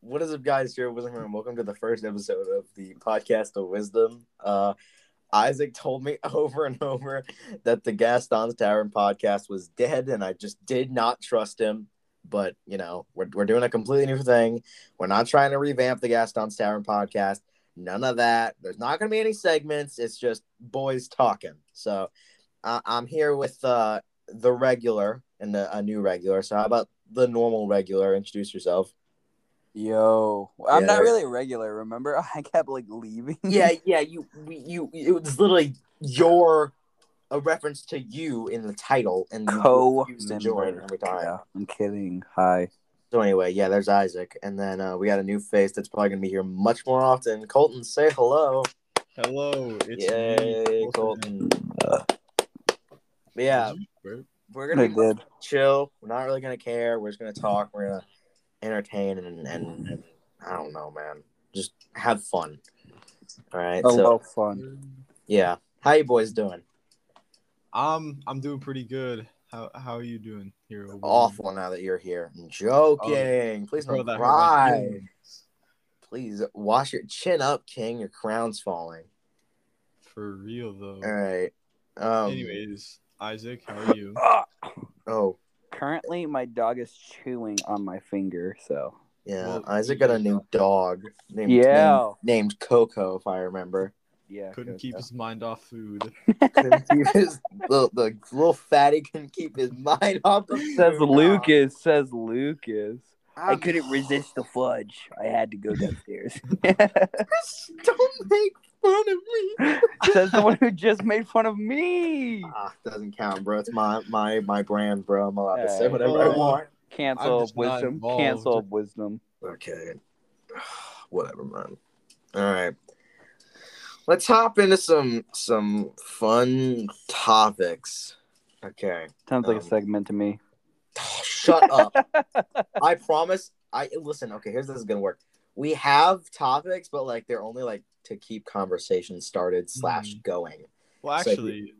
What is up, guys? Here, Wisdom here, and welcome to the first episode of the podcast of Wisdom. Uh, Isaac told me over and over that the Gaston's Tavern podcast was dead, and I just did not trust him. But you know, we're we're doing a completely new thing. We're not trying to revamp the Gaston's Tavern podcast. None of that. There's not going to be any segments. It's just boys talking. So I I'm here with uh, the regular and the, a new regular. So how about the normal regular? Introduce yourself. Yo, I'm not Yeah. really a regular. Remember, I kept like leaving. yeah, yeah. You, we- you. It was literally your a reference to you in the title and you co refused to join member. every time. Yeah, I'm kidding. Hi. So anyway, yeah. There's Isaac, and then uh, we got a new face that's probably gonna be here much more often. Colton, say hello. Hello, it's Yay, me, Colton. Uh. But yeah, Did you burp? we're I gonna be did. chill. We're not really gonna care. We're just gonna talk. We're gonna entertain and and, and I don't know, man. Just have fun. All right. A so lot of Oh, fun. Mm. yeah, how you boys doing? Um, I'm doing pretty good. How how are you doing here? over awful now that you're here. I'm joking. there? Please Oh, Bro, don't that hurt my cry. feelings. Please wash your chin up, King. Your crown's falling. For real though. All right. Um, Mm. Anyways, Isaac, how are you? Ah! Oh Currently, my dog is chewing on my finger. So yeah. Well, Isaac got a new dog named Yeah. named, named Coco, if I remember. yeah, Couldn't good keep stuff. his mind off food. Couldn't keep his little, the little fatty couldn't keep his mind off. the Says food. Lucas. Says Lucas. I I'm- couldn't resist the fudge. I had to go downstairs. Chris, Don't make fun of me. Says the one who just made fun of me. Ah, doesn't count, bro. It's my my my brand, bro. I'm allowed to say Alright. whatever I Oh. want. I'm Cancel of just not wisdom. involved. Cancel of wisdom. Okay. Whatever, man. All right. Let's hop into some some fun topics. Okay. Sounds like a Um, segment to me. Shut up. I promise. I listen. Okay, here's this is gonna work. We have topics, but like they're only like to keep conversation started slash Mhm. going. Well, So- actually,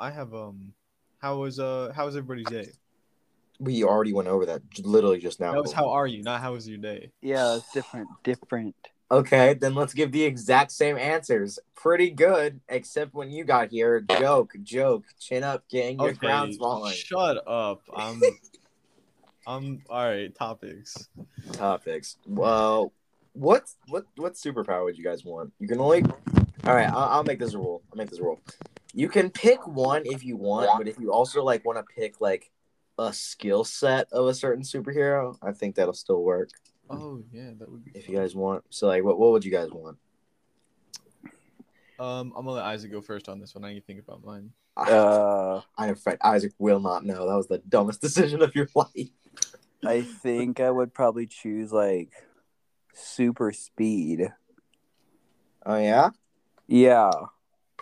I have um. How was uh? How was everybody's day? We already went over that j- literally just now. That was how are you? Not how was your day? Yeah, it's different. Different. Okay, then let's give the exact same answers. Pretty good, except when you got here. Joke, joke, chin up, gang. Your crown's falling. Shut up. I'm. I'm all right. Topics. topics. Well, what what what superpower would you guys want? You can only. All right, I'll, I'll make this a rule. I'll make this a rule. You can pick one if you want, but if you also like want to pick like a skill set of a certain superhero, I think that'll still work Oh yeah, that would be. if you guys want. So like, what what would you guys want? Um, I'm gonna let Isaac go first on this one. I need to think about mine. Uh, I am afraid Isaac will not know. That was the dumbest decision of your life. I think I would probably choose like super speed. Oh yeah, Yeah.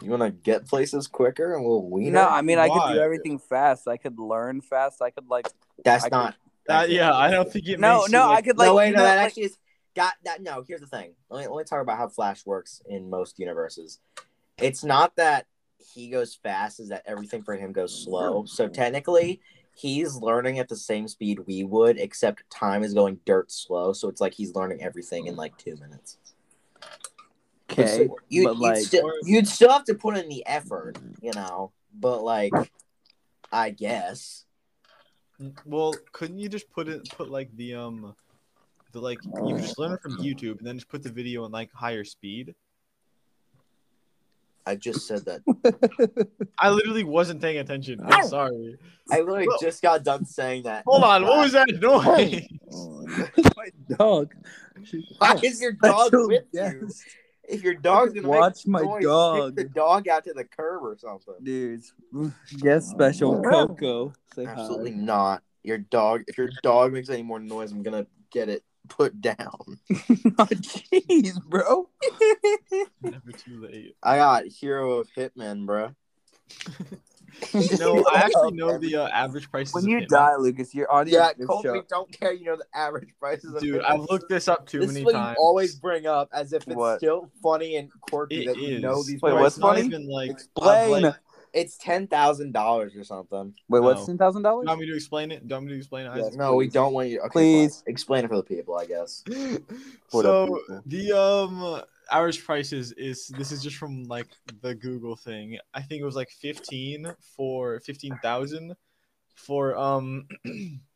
you want to get places quicker and we'll wean. No, it? I mean I could do Why? everything fast. I could learn fast. I could like that's I could- not Uh, yeah, I don't think it. No, makes no, you I look- could like no, wait, you no, know, that like- actually is got that. No, here's the thing. Let me, let me talk about how Flash works in most universes. It's not that he goes fast; is that everything for him goes slow. So technically, he's learning at the same speed we would, except time is going dirt slow. So it's like he's learning everything in like two minutes. okay. So you, but would like still, you'd still have to put in the effort, you know. But like, I guess Well, couldn't you just put it put like the um, the like you could just learn it from YouTube and then just put the video in like higher speed. I just said that. I literally wasn't paying attention. I'm sorry. I literally just got done saying that. Hold on, what was that noise? my dog. Why is your That's dog so with bad. you? If your dog's gonna Watch make my noise, dog. kick the dog out to the curb or something. Dudes, guest special Coco. Say hi. Absolutely not. Your dog. If your dog makes any more noise, I'm gonna get it put down. Oh, Jeez, bro. Never too late. I got hero of hitman, bro. No, I actually know the uh, average prices. When of you Hitman. die, Lucas, you're on your Yeah, this Colby, show. don't care. You know the average prices. Of dude, Hitman. I've looked this up too this many is what times. you always bring up as if it's What? still funny and quirky It that you know is. these. Wait, But prices. what's it's not funny? even, like, Explain. I've, like- It's ten thousand dollars or something. Wait, No. what's ten thousand Do you dollars? want me to explain it? Do you want me to explain it? Yes. Isaac? no, we don't want you. Okay, Please. fine. explain it for the people, I guess. What up, so people? the um average prices is this is just from like the Google thing. I think it was like fifteen for fifteen thousand for um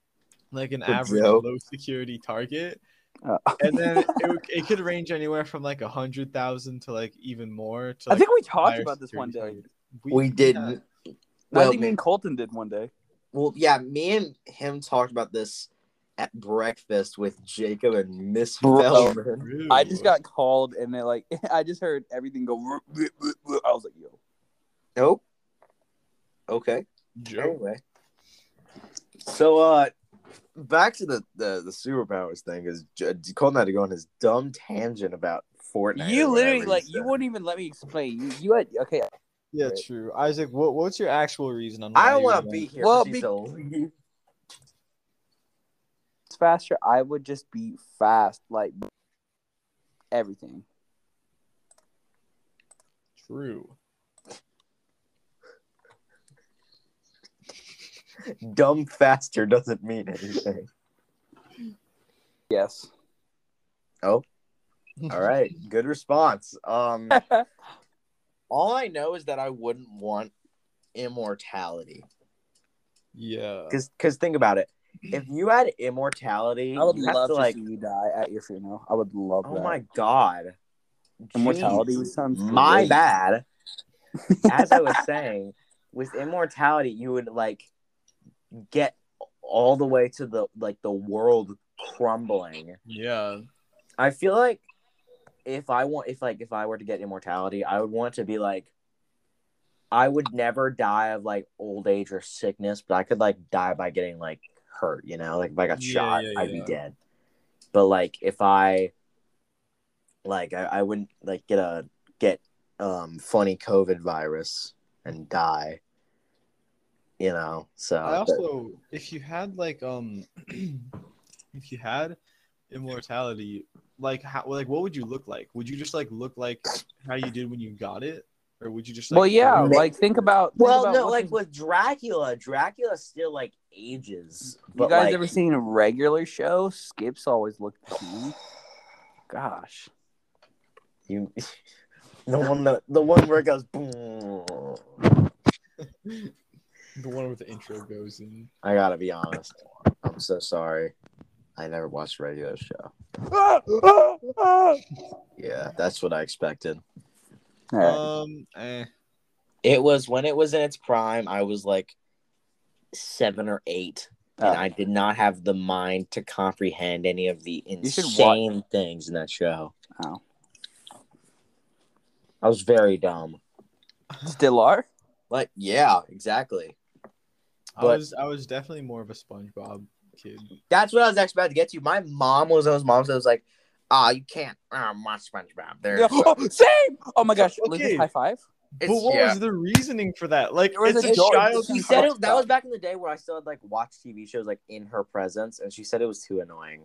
like an For average Joe. low security target. Oh. Uh. and then it, it could range anywhere from like a hundred thousand to like even more. To, I like, think we talked higher about this one day. security targets. We yeah. didn't. I Well, think me me, and Colton did one day. well, yeah, me and him talked about this at breakfast with Jacob and Miss Bro. Feldman. I just got called and they like I just heard everything go. "Ruh, ruh, ruh, ruh." I was like, yo, Nope. Okay. Joe. Anyway. So, uh, back to the the, the superpowers thing is J- uh, Colton had to go on his dumb tangent about Fortnite. you or literally whatever he like you said. wouldn't even let me explain. You, you had okay. Yeah, true. Isaac, what, what's your actual reason on? I why don't you want to went- be here. Well, Well, be- it's faster, I would just be fast, like everything. true. dumb faster doesn't mean anything. Yes. All right, good response. Um, all I know is that I wouldn't want immortality. Yeah. Because, because think about it. If you had immortality, I would you have love to, like. see you die at your funeral. I would love Oh that. my god. Immortality Jeez. sounds My great. bad. As I was saying, with immortality, you would like get all the way to the like the world crumbling. Yeah. I feel like if I want, if like if I were to get immortality, I would want to be like, I would never die of like old age or sickness, but I could like die by getting like hurt, you know, like if I got Yeah, shot, yeah, I'd be yeah. dead. But like if I, like I, I wouldn't like get a get um funny COVID virus and die, you know. So I also, if you had like um, if you had immortality, like how, like what would you look like? Would you just like look like how you did when you got it, or would you just like? Well, yeah, Ma- like think about. think well, about no, what like the- with Dracula, Dracula still like ages. you but, guys like- ever seen a regular show? Skips always look. pale. Gosh, You, the one that the one where it goes. boom. the one with the intro goes in. I gotta be honest. I'm so sorry. I never watched a radio show. Yeah, that's what I expected. All right. Uh, Um, eh. It was when it was in its prime. I was like seven or eight, and Oh. I did not have the mind to comprehend any of the should watch- insane things in that show. Oh. I was very dumb. Still are. Like, yeah, exactly. I But- was I was definitely more of a SpongeBob kid. That's what I was actually about to get to. My mom was those moms that was like, "Ah, you can't uh, watch SpongeBob." There, Yeah. Oh, same. Oh my gosh, Okay. was this high five? but what was the reasoning for that? Like, There was it's a a dog. child. She said it, that was back in the day where I still had like watched TV shows like in her presence, and she said it was too annoying.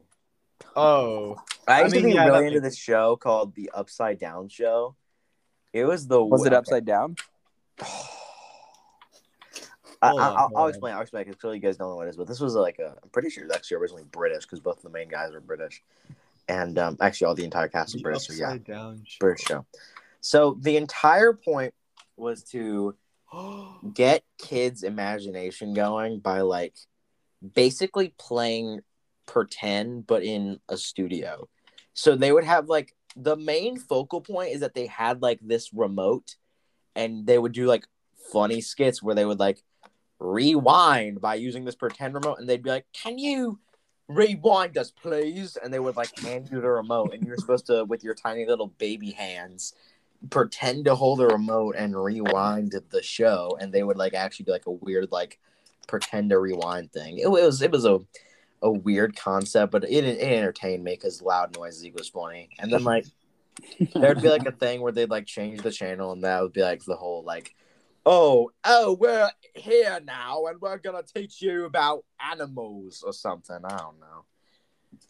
Oh, I I used to mean, be yeah, really that into this show called The Upside Down Show. It was the Was it upside down? I, Hold on, I, hold will on. explain. I'll explain because clearly you guys don't know what it is. But this was like a. I'm pretty sure it's actually originally British because both the main guys were British, and um, actually all the entire cast was the British. So yeah, upside down. sh- British show. So the entire point was to get kids' imagination going by like basically playing pretend but in a studio. So they would have like the main focal point is that they had like this remote and they would do like funny skits where they would like rewind by using this pretend remote and they'd be like, Can you rewind us please? And they would like hand you the remote and you're supposed to with your tiny little baby hands pretend to hold a remote and rewind the show and they would like actually do like a weird like pretend to rewind thing it was it was a a weird concept but it, it entertained me because loud noises equals funny and then like there'd be like a thing where they'd like change the channel and that would be like the whole like oh oh we're here now and we're gonna teach you about animals or something i don't know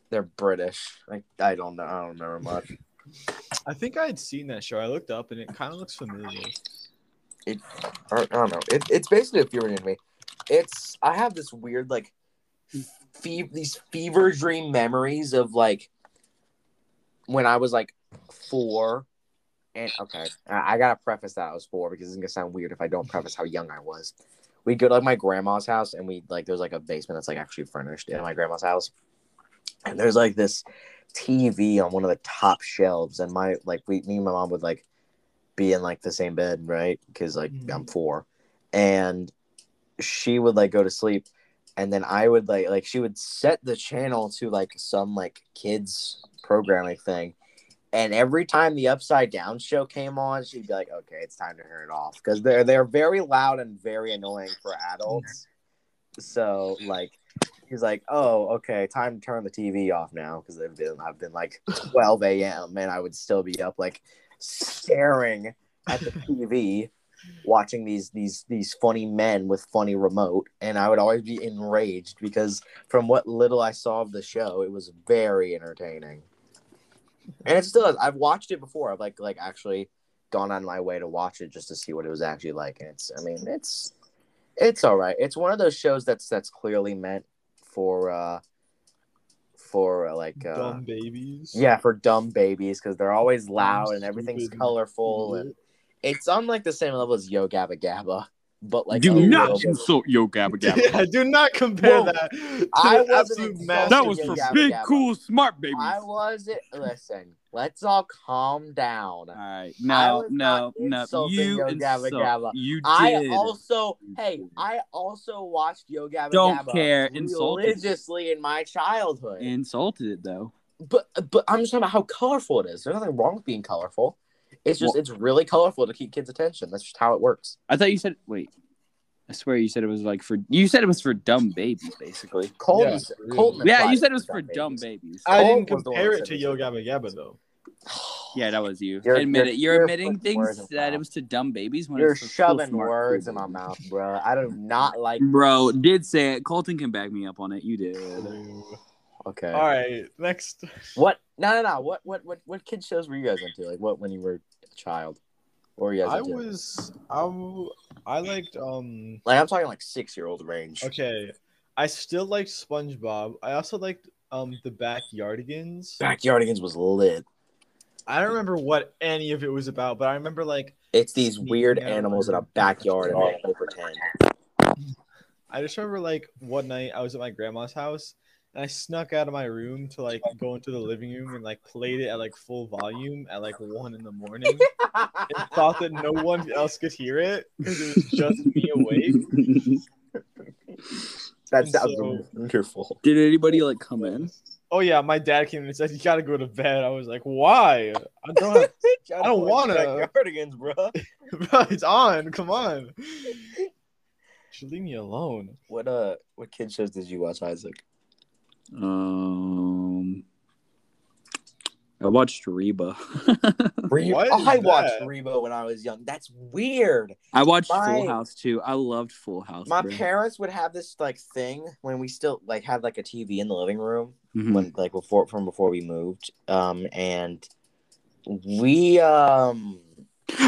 they're british like i don't know i don't remember much I think I had seen that show. I looked up and it kind of looks familiar. it or, I don't know. It, it's basically a fever in me. It's I have this weird like fe- these fever dream memories of like when I was like four. And okay, I, I gotta preface that I was four because it's gonna sound weird if I don't preface how young I was. We'd go to like my grandma's house and we like there's like a basement that's like actually furnished in my grandma's house. And there's like this TV on one of the top shelves, and my like we me and my mom would like be in like the same bed, right? Because like Mhm. I'm four, and she would like go to sleep, and then I would like like she would set the channel to like some like kids programming thing, and every time the Upside Down show came on, she'd be like, "Okay, it's time to turn it off," because they're they're very loud and very annoying for adults. So like. He's like, oh, okay, time to turn the TV off now because I've been, I've been like 12 a.m. and I would still be up like staring at the TV, watching these these these funny men with funny remote, and I would always be enraged because from what little I saw of the show, it was very entertaining. And it still is. I've watched it before. I've like like actually gone on my way to watch it just to see what it was actually like. And it's I mean it's it's all right. It's one of those shows that's that's clearly meant for uh for uh, like uh, Dumb babies. yeah, for dumb babies because they're always loud and everything's Stupid colorful and it's on like the same level as Yo Gabba Gabba, but like a Do little not bit- insult Yo Gabba Gabba. Yeah, do not compare Whoa. that. To I an wasn't absolute insulting master That was Yo for Gabba big, Gabba. cool, smart babies. I wasn't. Listen, let's all calm down. All right, I no, was no, not no. insulting You Yo Gabba insult. Gabba. You did. I also, hey, I also watched Yo Gabba Don't Gabba care, insulted. religiously in my childhood. insulted it though. but but I'm just talking about how colorful it is. There's nothing wrong with being colorful. It's just Well- it's really colorful to keep kids' attention. That's just how it works. I thought you said wait. I swear you said it was like for you said it was for dumb babies basically. Colton, Yeah, said- really. Colton Yeah, you applied said it was that for dumb babies. babies. I didn't Colt was the one compare that said it to it. Yo Gabba Gabba though. Yeah, that was you. You're- Admit you're- it. You're, you're admitting putting things words in my that it mouth. was to dumb babies when it You're was for cool, shoving smart words in people. my mouth, bro. I do not like. Bro, did say it. Colton can back me up on it. You did. Okay. All right, next. What? No, no, no. What? What? What? What kid shows were you guys into? Like what when you were a child? What were you guys I into? was I, w- I liked um Like I'm talking like six year old range. okay. I still liked SpongeBob. I also liked um the Backyardigans. Backyardigans was lit. I don't remember what any of it was about, but I remember like It's these weird Sneaking out. animals in a backyard and they play pretend. I just remember like one night I was at my grandma's house and I snuck out of my room to like go into the living room and like played it at like full volume at like one in the morning and thought that no one else could hear it because it was just me awake. that And sounds so- wonderful. did anybody like come in? Oh yeah, my dad came in and said you gotta go to bed. I was like, why? I don't. Have- I don't wanna. Backyardigans, bro. Bro, it's on. Come on. Should leave me alone. What uh? What kid shows did you watch, Isaac? Um, I watched Reba. Re- What is I watched that? Rebo when I was young. That's weird. I watched My- Full House too. I loved Full House. My bro. parents would have this like thing when we still like had like a TV in the living room Mhm. when like before from before we moved. Um and we um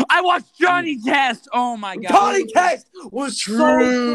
I watched Johnny Test. Oh my god. Test was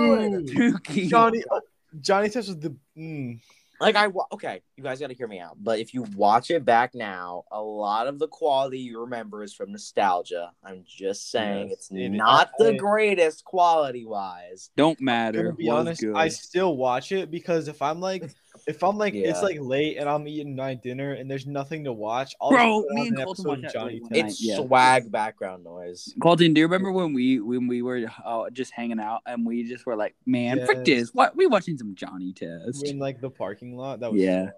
Dookie. Johnny. uh, Johnny Test was the. Mm, Like I wa- okay, you guys got to hear me out. But if you watch it back now, a lot of the quality you remember is from nostalgia. I'm just saying Yes, it's it- not the I- greatest quality wise. Don't I'm matter. gonna be Was honest. good. I still watch it because if I'm like, if I'm like, Yeah. it's like late and I'm eating my dinner and there's nothing to watch. I'll Bro, just put me on and an Colton episode watched of that Johnny late one Test. It's yeah. swag background noise. Colton, do you remember when we when we were uh, just hanging out and we just were like, man, frick Yes. this. What we watching some Johnny Test? We're in like the parking lot. That was Yeah.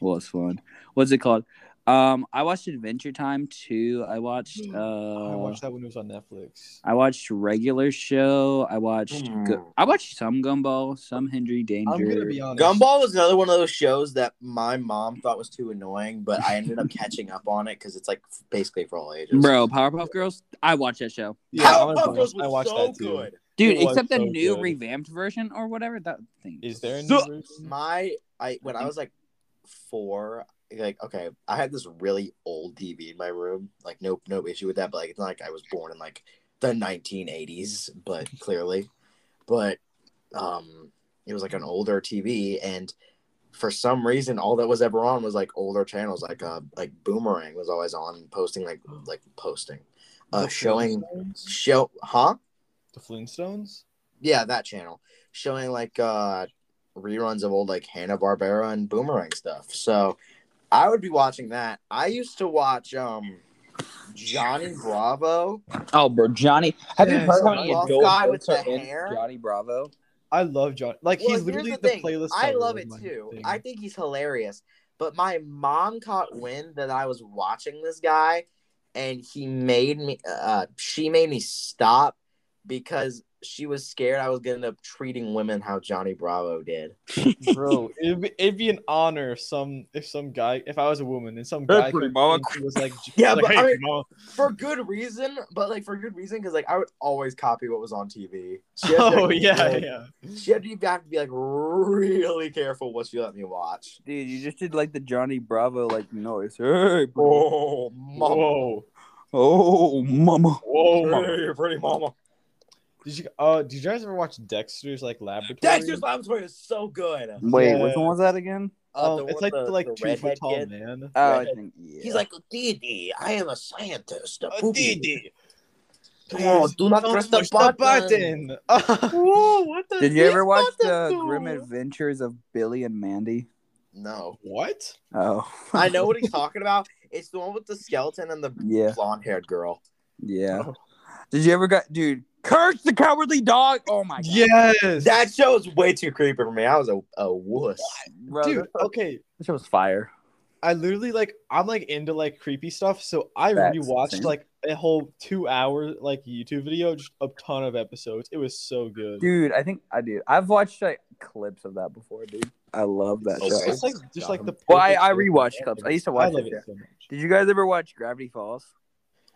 Well, it's fun. What's it called? Um, I watched Adventure Time too. I watched. Uh, I watched that when it was on Netflix. I watched regular show. I watched. Gu- Hmm. I watched some Gumball, some Henry Danger. Mm. I'm gonna be honest. Gumball was another one of those shows that my mom thought was too annoying, but I ended up catching up on it because it's like basically for all ages. Bro, Powerpuff Girls. I watched that show, Yeah, I'm Powerpuff gonna Girls be honest, I was watched so that too. good. dude. It was Except the so new good. revamped version or whatever that thing. Is there a new So- version? My I when I was like four, like okay, I had this really old TV in my room. Like no no issue with that, but like it's not like I was born in like the 1980s, but clearly, but um, it was like an older TV, and for some reason, all that was ever on was like older channels, like uh, like Boomerang was always on posting like like posting, uh, The showing Flintstones? show, huh? the Flintstones. Yeah, that channel showing like uh reruns of old like Hanna Barbera and Boomerang stuff. So I would be watching that. I used to watch um Johnny Bravo. Oh, bro, Johnny. Have you Yeah, heard how Johnny. many Well, adult guy jokes with are the in hair. Johnny Bravo? I love John. Like Well, he's here's literally the, thing. playlist. I starter love of it my too. thing. I think he's hilarious. But my mom caught wind that I was watching this guy, and he made me. Uh, she made me stop because she was scared I was gonna end up treating women how Johnny Bravo did. bro it'd be, it'd be an honor if some if some guy if i was a woman and some guy pretty came mama. and she was like she Yeah, was but like, I "Hey, mean- mama." For good reason, but like for good reason, because like I would always copy what was on TV. She had to, oh like, yeah really- yeah She had to be, have to be like really careful what she let me watch. Dude, you just did like the Johnny Bravo like noise. Hey, bro. Oh, mama. whoa Oh, mama. whoa mama. Hey, pretty mama. did you uh did you guys ever watch dexter's like laboratory Dexter's Laboratory is so good. Wait, Yeah. which one was that again? Uh, um, the it's one- like the- the, like the two foot redhead tall kid. man Oh, I Redhead. think yeah. He's like, Didi, I am a scientist. A oh, booby. Didi, Oh, please do not don't press the push button. the button. Whoa, what the Did you ever heck watch is the that Grim though? Adventures of Billy and Mandy? No. what Oh, I know what he's talking about. It's the one with the skeleton and the yeah, blonde haired girl. yeah. Oh. Did you ever got dude? Curse the cowardly dog! Oh my god, yes That show is way too creepy for me. I was a, a wuss. Bro, dude that show- okay that show was fire. I literally like I'm like into like creepy stuff, so I That's rewatched insane. like a whole two hour like YouTube video, just a ton of episodes. It was so good. Dude, I think I do. I've watched like clips of that before, dude. I love that Oh, it's show. wow. just like just like the. Well, I- perfect I show for rewatched everything. clips. I used to watch I love it, it, yeah. so much. Did you guys ever watch Gravity Falls?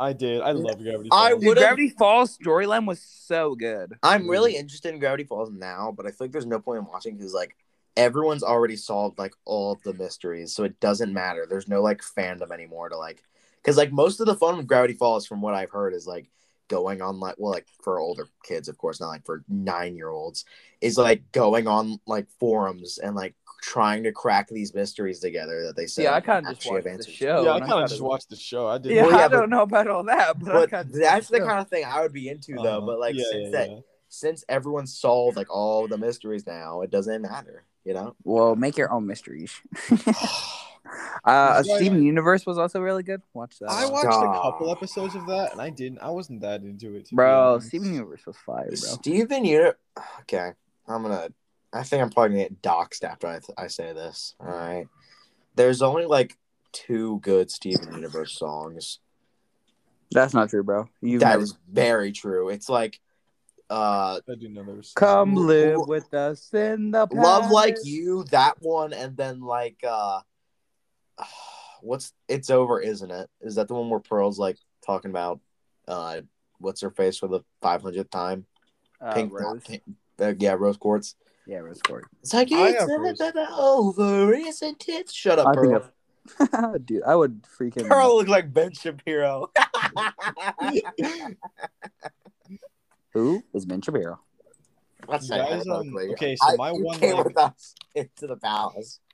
I did. I love Gravity. I Falls. Dude, Would've- Gravity Falls storyline was so good. I'm really Mm. interested in Gravity Falls now, but I feel like there's no point in watching because, like, everyone's already solved, like, all of the mysteries. So it doesn't matter. There's no, like, fandom anymore to, like, because, like, most of the fun of Gravity Falls, from what I've heard, is, like, going on, like, well, like, for older kids, of course, not like for nine year olds, is, like, going on, like, forums and, like, trying to crack these mysteries together that they say. Yeah, I like, kinda just actually have watched the answers. show. yeah, I and I kind thought of it just was- watched the show. I did. Yeah, Well, yeah, I but- don't know about all that, but, I But kinda- that's the kind of thing I would be into, though. Uh-huh. But, like, Yeah, since yeah, that yeah. since everyone's solved like all the mysteries now, it doesn't matter, you know. Well, make your own mysteries. uh, Yeah, Steven Universe was also really good. Watch that. I one. watched God. a couple episodes of that, and I didn't. I wasn't that into it, to be bro, honest. Steven Universe was fire, bro. Steven, you okay? I'm gonna. I think I'm probably gonna get doxxed after I, I say this. All right. There's only like two good Steven Universe songs. That's not true, bro. You That is very true. It's like, uh, I do know there was. come Ooh. live with us in the love like palace. you that one, and then like, uh, what's it's over, isn't it? Is that the one where Pearl's like talking about, uh, what's her face for the 500th time? Uh, pink, not Rose. pink- uh, yeah, rose quartz. Yeah, Rose Court. It's like I it's have never rose. been over, isn't it? Shut up, I think Pearl. Dude, I would freaking. Pearl looked like Ben Shapiro. Who is Ben Shapiro? That's You guys, um, hypothetically. okay, so I- my you one, came like- with us into the palace.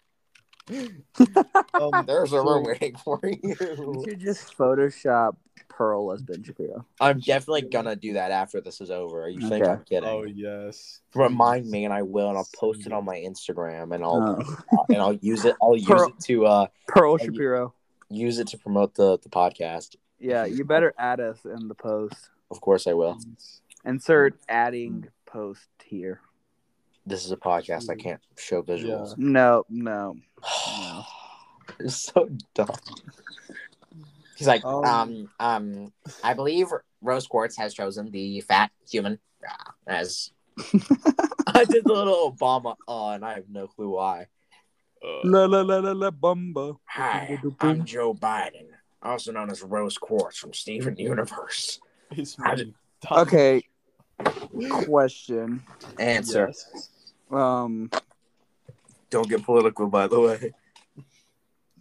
Um, There's a so- room waiting for You you. should just Photoshop Pearl as Ben Shapiro. I'm definitely gonna do that after this is over. Are you think Okay. I'm kidding? Oh yes. Remind me, and I will, and I'll post it on my Instagram, and I'll uh, Oh. and I'll use it. I'll use Pearl- it to uh Pearl you- Shapiro. use it to promote the the podcast. Yeah, you better add us in the post. Of course, I will. Insert adding post here. This is a podcast. Mm. I can't show visuals. No, no. it's so dumb. He's like, Um, um, um, I believe Rose Quartz has chosen the fat human uh, as. I did the little Obama, uh, and I have no clue why. Uh, La la la la la bumba. Hi, I'm Joe Biden, also known as Rose Quartz from Steven Mm-hmm. Universe. It's I really dumb. Okay. Question. Answer. Yes. Um. Don't get political, by the way.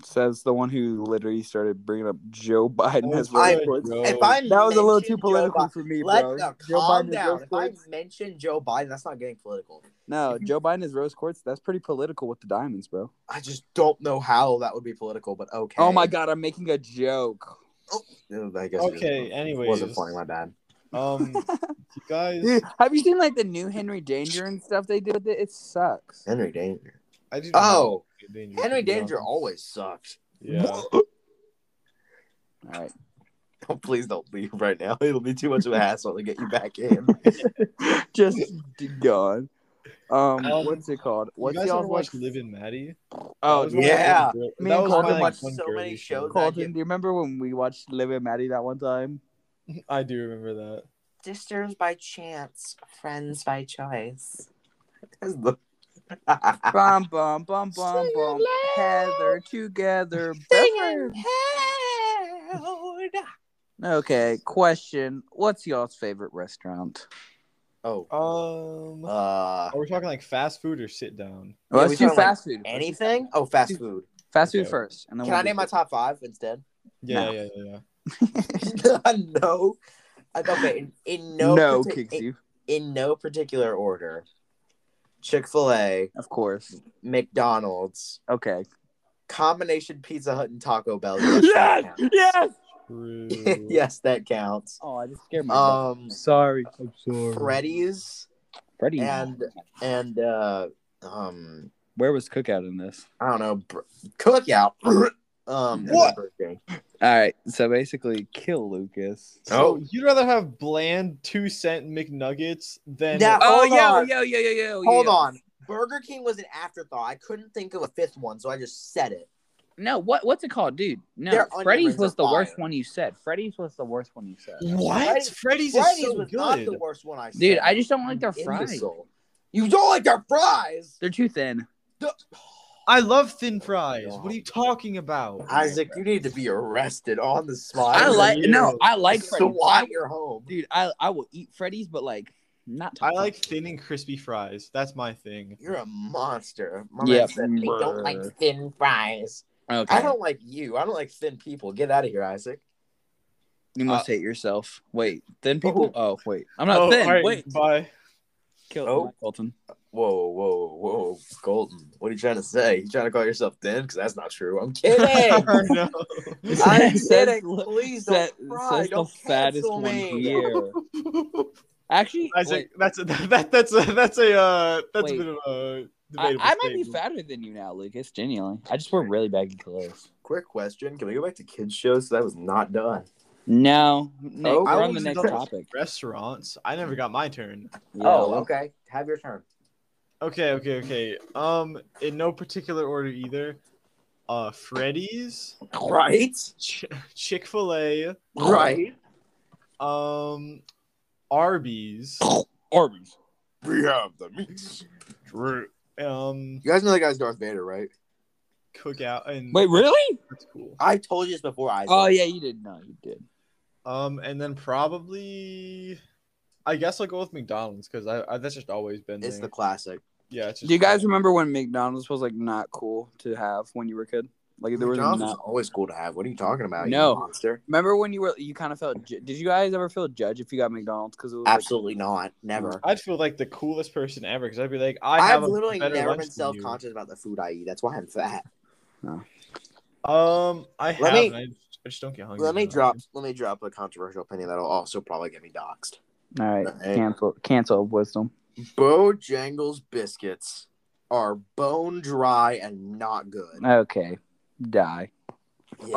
says the one who literally started bringing up Joe Biden Oh, as I- real quick. If I That was a little too mention Joe political Bi- for me, Let bro. no, Joe calm Biden is down. Rose If I Quartz. mention Joe Biden, that's not getting political. No, Joe Biden is rose quartz. That's pretty political with the diamonds, bro. I just don't know how that would be political, but okay. Oh my god, I'm making a joke. I guess it Okay, anyways. wasn't funny. My bad. Um, you guys, Dude, have you seen like the new Henry Danger and stuff they did with it? It sucks. Henry Danger. I do not Oh, like Henry Danger. Henry to be Danger honest. always sucks. Yeah. All right. Oh, please don't leave right now. It'll be too much of a hassle to get you back in. Just gone. Um, Um, what's it called? What's you guys y'all ever watch watch? Live in Maddie? Oh, That was my yeah. favorite girl- Me That and was Colton my, like, watched one so girly many show. shows. Colton, do you remember when we watched Live and Maddie that one time? I do remember that. Sisters by chance, friends by choice. Bum bum bum bum Sing bum. aloud. Heather together. best friends. Okay, question. What's y'all's favorite restaurant? oh, Um, uh, are we talking like fast food or sit down? Yeah, let's we do found, like, fast food. Let's do anything? Oh, fast food. Fast food Okay. first, and then Can we'll I do name my food. top five instead? Yeah, No. yeah, yeah, yeah. no. I- Okay, in, in no, No, parti- kicks in, you, in no particular order. Chick Fil A, of course. McDonald's, Okay. combination Pizza Hut and Taco Bell. Yes, that counts. yes. True. yes, that counts. Oh, I just scared myself. Um, sorry, Freddy's Freddie. and and uh, um, where was Cookout in this? I don't know, br- cookout. um, and What? Burger King. All right, so basically, kill Lucas. Oh. So you'd rather have bland two cent McNuggets than Now- Oh, Hold yo, on. yo, yo, yo, yo. Hold yo. on. Burger King was an afterthought. I couldn't think of a fifth one, so I just said it. No, what what's it called, dude? No, Their onion Freddy's rings was are the fire. worst one you said. Freddy's was the worst one you said. what? Freddy's- Freddy's, Freddy's is so was good. not the worst one I said. Dude, I just don't like their You fries. imbecile. You don't like their fries. They're too thin. I love thin fries. What are you talking about? Isaac, you need to be arrested on the spot. I like no, you. I like Freddy's. SWAT your home. Dude, I I will eat Freddy's, but like not. I top like thin and crispy fries. That's my thing. You're a monster. My Yeah. man said they don't like thin fries. tier. Okay. I don't like you. I don't like thin people. Get out of here, Isaac. you must uh, hate yourself. Wait, thin people. Oh, wait, I'm not Oh, thin. all right, Wait, Bye. kill Oh. Colton. Whoa, whoa, whoa, Golden. What are you trying to say? You trying to call yourself thin? Because that's not true. I'm kidding. no. I'm Says- kidding. Please don't That- cry. says Don't the fattest cancel one me. here. Actually, Isaac, Isaac, that's a, that, that's a, that's a uh, that's Wait. a bit of a I, debatable I might be statement. fatter than you now, Lucas. Genuinely, I just wear really baggy clothes. Quick question. Can we go back to kids' shows? That was not done. No, Nick, Oh, we're I on the was next done. topic. Restaurants. I never got my turn. Yeah, oh, well, okay. Have your turn. Okay, okay, okay. Um, in no particular order either. Uh, Freddy's, Right? Ch- Chick Fil A, Right? um, Arby's. Arby's. We have the meats. Um, You guys know that guy's Darth Vader, right? cookout and Wait, really? that's cool. I told you this before, Isaac. Oh yeah, you did. No, you did. Um, and then probably, I guess I'll go with McDonald's because I, I that's just always been It's there. the classic. yeah. It's just Do you guys remember when McDonald's was like not cool to have when you were a kid? Like there was McDonald's not. is always cool to have. What are you talking about? you No. monster. Remember when you were you kind of felt? ju- Did you guys ever feel judged if you got McDonald's? Because it was like- Absolutely not. Never. I'd feel like the coolest person ever because I'd be like, I I've have a literally better never lunch been than self you. conscious about the food I eat. That's why I'm fat. Um, I Let have. me- and I, just, I just don't get hungry. Let me enough. drop let me drop a controversial opinion that'll also probably get me doxxed. all right, Hey. cancel, cancel wisdom. Bojangles biscuits are bone dry and not good. Okay, die, Yeah.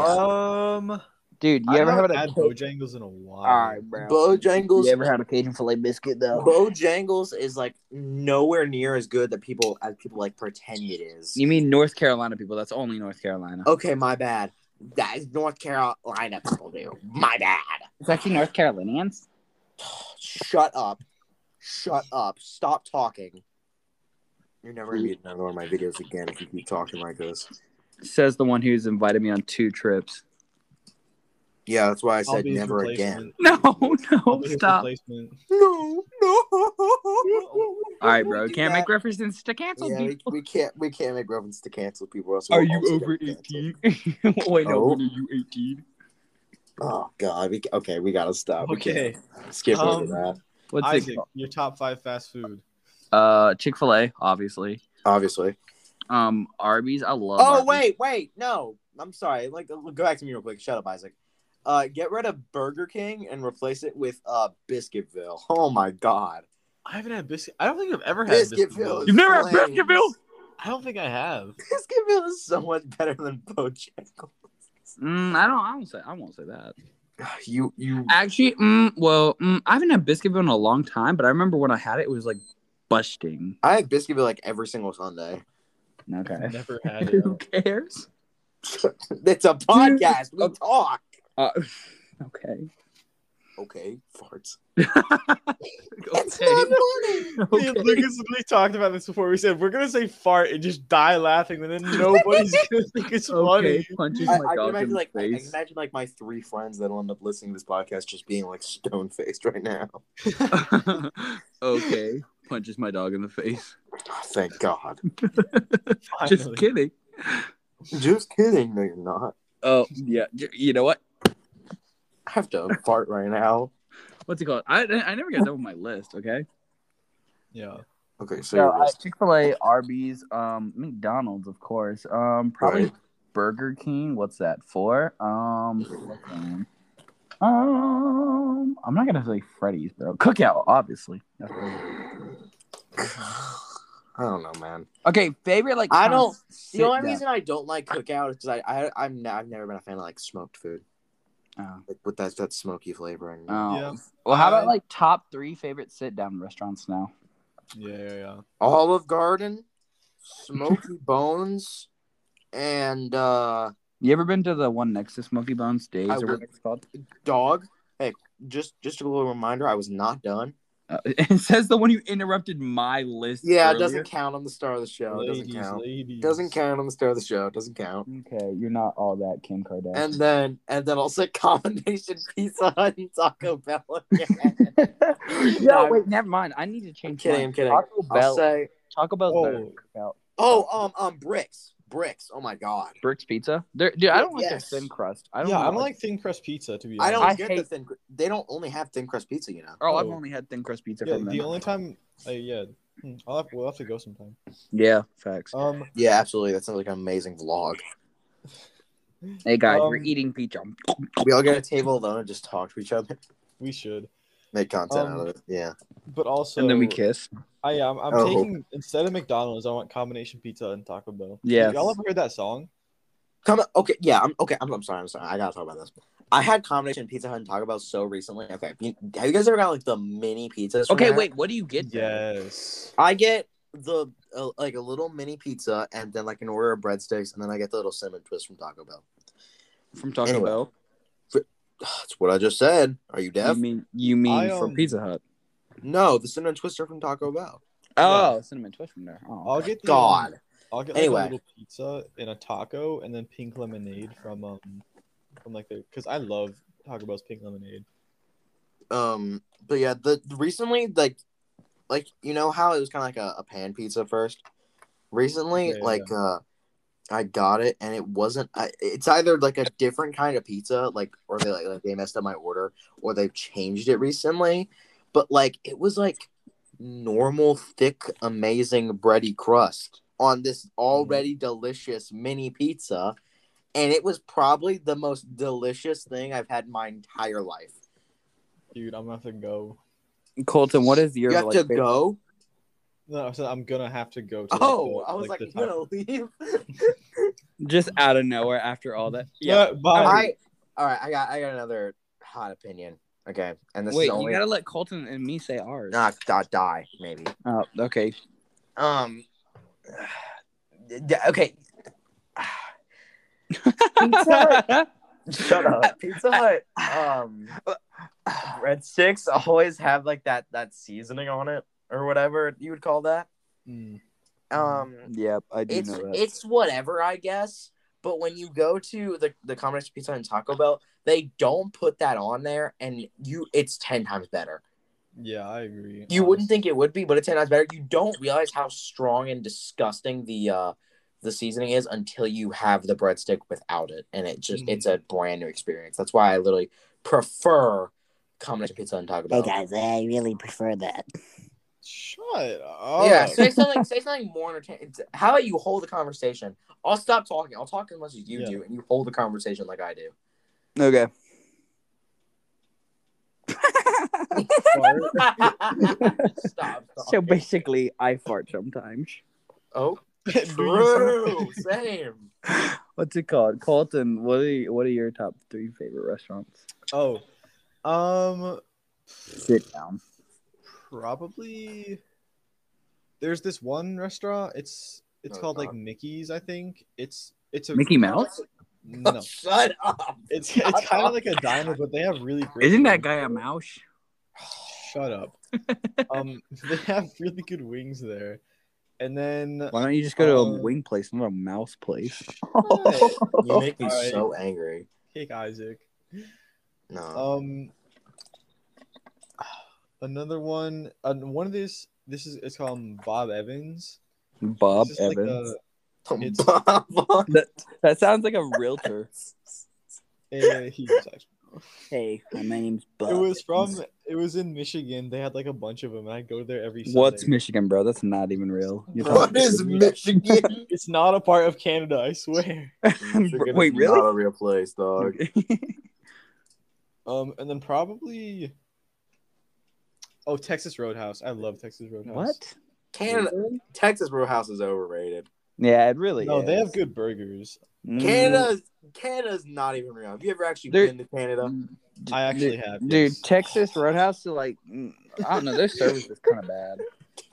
Um, dude. You I ever haven't had a had Cajun? Bojangles in a while. All right, bro. Bojangles you ever had a Cajun filet biscuit though? Bojangles is like nowhere near as good that people as people like pretend it is. You mean North Carolina people? That's only North Carolina. Okay, my bad. That is North Carolina people do. My bad. It's actually North Carolinians. Shut up. Shut up. Stop talking. You're never gonna be in another one of my videos again if you keep talking like this. Says the one who's invited me on two trips. Yeah, that's why I said be his never again. replacement. No, I'll no, be his stop. replacement. No, no. All right, bro. Can't make references to cancel Yeah, we, people. we can't we can't make reference to cancel people. Or else Are we'll you also get over canceled. 18? Wait, no, Oh. when are you 18? Oh God. We, okay, we gotta stop. We Okay, can't skip over Um, that. What's Isaac, it called? your top five fast food. Uh, Chick fil A, obviously. Obviously. Um, Arby's. I love Oh Arby's. wait, wait, no. I'm sorry. Like, go back to me real quick. Shut up, Isaac. Uh, get rid of Burger King and replace it with uh Biscuitville. Oh my God. I haven't had biscuit. I don't think I've ever had Biscuitville. is You've never had flames. Biscuitville? I don't think I have. Biscuitville is so much better than Bojangles. Mm, I don't. I don't say. I won't say that. You you Actually, mm, well, mm, I haven't had Biscuitville in a long time, but I remember when I had it, it was like busting. I have Biscuitville like every single Sunday. Okay. I've never had it. Who cares? it's a podcast. oh. We talk. Uh, okay. Okay, farts. It's okay. not funny. Me and Okay. Lucas literally talked about this before. We said we're gonna say fart and just die laughing, and then nobody's gonna think it's Okay, funny. punches I, Oh my I can imagine dog in the like I- I can face. imagine like my three friends that'll end up listening to this podcast just being like stone faced right now. okay, punches my dog in the face. Oh, thank God. Just Finally. kidding. Just kidding. No, you're not. Oh yeah, j- you know what? I have to fart right now. What's it called? I I never got that on my list. Okay. Yeah. Okay, so So you're just Chick Fil A, Arby's, um, McDonald's, of course. Um, probably Right. Burger King. What's that for? Um, what's that one? um, I'm not gonna say Freddy's, bro. Cookout, obviously. That's what- I don't know, man. Okay, favorite like I don't- cons- The only sit- reason I don't like cookout is because I, I I'm not, I've never been a fan of like smoked food, Oh. like with that that smoky flavoring. Oh. Yeah. Well, how Uh, about I- like top three favorite sit down restaurants now? Yeah, yeah, yeah. Olive Garden, Smoky Bones, and uh You ever been to the one next to Smoky Bones Days I or would- whatever it's called? Dog. Hey, just just a little reminder, I was not done. Uh, it says the one you interrupted my list. Yeah, it earlier. doesn't count on the star of the show. It doesn't ladies, count. ladies. Doesn't count on the star of the show. Doesn't count. Okay, you're not all that Kim Kardashian. And then and then I'll say combination pizza hut and Taco Bell again. no, wait, never mind. I need to I'm change. kidding. mine. I'm kidding. Taco I'll Bell. say. Taco Bell's Oh. better. than Cookout. Oh, um, um, bricks, bricks. Oh my god. Brick's Pizza. They're, dude, I don't like Yes. their thin crust. I don't. yeah, I don't like. like thin crust pizza to be honest. I don't I get the hate- thin. cr- They don't only have thin crust pizza, you know. Oh, I've Oh. only had thin crust pizza Yeah, from them. the only time, uh, yeah, Hmm, I'll have, we'll have to go sometime. Yeah, facts. Um, Yeah, absolutely. That sounds like an amazing vlog. hey guys, we're um, eating pizza. We all get a table alone and just talk to each other, we should, make content Um, out of it. Yeah. but also, and then we kiss. I am. I'm Oh. taking instead of McDonald's, I want combination pizza and Taco Bell. Yes. y'all ever heard that song? Come okay, yeah. I'm okay. I'm, I'm sorry. I'm sorry. I gotta talk about this. I had combination Pizza Hut and Taco Bell so recently. Okay, you- have you guys ever got like the mini pizzas? from Okay, there? wait. What do you get? then? yes. I get the uh, like a little mini pizza and then like an order of breadsticks and then I get the little cinnamon twist from Taco Bell. from Taco Anyway, Bell. That's what I just said. Are you deaf? You mean you mean I, from um, Pizza Hut? No, the cinnamon twists are from Taco Bell. Oh, cinnamon twist from there. Oh, I'll get the, um, God. I'll get like, Anyway. a little pizza and a taco, and then pink lemonade from um from like the because I love Taco Bell's pink lemonade. Um, but yeah, the recently like, like you know how it was kind of like a, a pan pizza first. Recently, Yeah, like uh, I got it and it wasn't. I, it's either like a different kind of pizza, like or they like, like they messed up my order, or they've changed it recently. But like it was like normal thick, amazing bready crust on this Mm-hmm. already delicious mini pizza, and it was probably the most delicious thing I've had in my entire life. Dude, I'm gonna have to go. Colton, what is your you have like, to favorite- go. No, I said I'm gonna have to go. To, like, Oh, the- I was like, the you gonna taco- leave. just out of nowhere after all that? yeah, bye. I all right. I got I got another hot opinion. Okay, and this Wait, is only you gotta let Colton and me say ours. not dot die maybe. Oh, okay. Um. d- Okay. Pizza Hut. Shut up. Pizza Hut. Um, breadsticks always have like that that seasoning on it or whatever you would call that. Mm. Um, Yep, I do it's know that. it's whatever I guess. But when you go to the the combination pizza and Taco Bell, they don't put that on there, and you it's ten times better. Yeah, I agree. You wouldn't think it would be, but it's ten times better. You don't realize how strong and disgusting the uh, the seasoning is until you have the breadstick without it, and it just Mhm. it's Mm-hmm. a brand new experience. That's why I literally prefer combination pizza and Taco Bell. Hey guys, I really prefer that. Shut up. Yeah, say something. Say something more entertaining. How about you hold the conversation? I'll stop talking. I'll talk as much as you Yeah. do, and you hold the conversation like I do. Okay. Fart. stop. talking. So basically, I fart sometimes. oh, Do you true. Same. What's it called, Colton? What are you, what are your top three favorite restaurants? Oh, um, Sit down. probably. There's this one restaurant. It's it's No, called it's like Mickey's, I think. It's it's a Mickey Mouse? No, Shut up. it's it's kind of like a diner, but they have really great. Isn't that wings. guy a mouse? Shut up. um, they have really good wings there, and then Why don't you just go to a Uh, wing place, not a mouse place? You make me Alright. so angry. take Isaac. No. Um, another one. Uh, one of these. This is it's called um, Bob Evans. Bob It's just like Evans. it's- Bob- that, that sounds like a realtor. a- a- he was actually- Hey, My name's Bob. It was from. It was in Michigan. They had like a bunch of them, and I go there every. Sunday. What's Michigan, bro? That's not even real. You're What talking- is Michigan? It's not a part of Canada. I swear. Michigan Wait, is really? Not a real place, dog. Um, and then probably. Oh, Texas Roadhouse. I love Texas Roadhouse. what? Canada, Texas Roadhouse is overrated. Yeah, it really. No, is. they have good burgers. Mm, Canada's Canada's not even real. Have you ever actually There- been to Canada? d- I actually d- have, Dude, yes. Texas Roadhouse is like, mm, I don't know. Their service is kind of bad.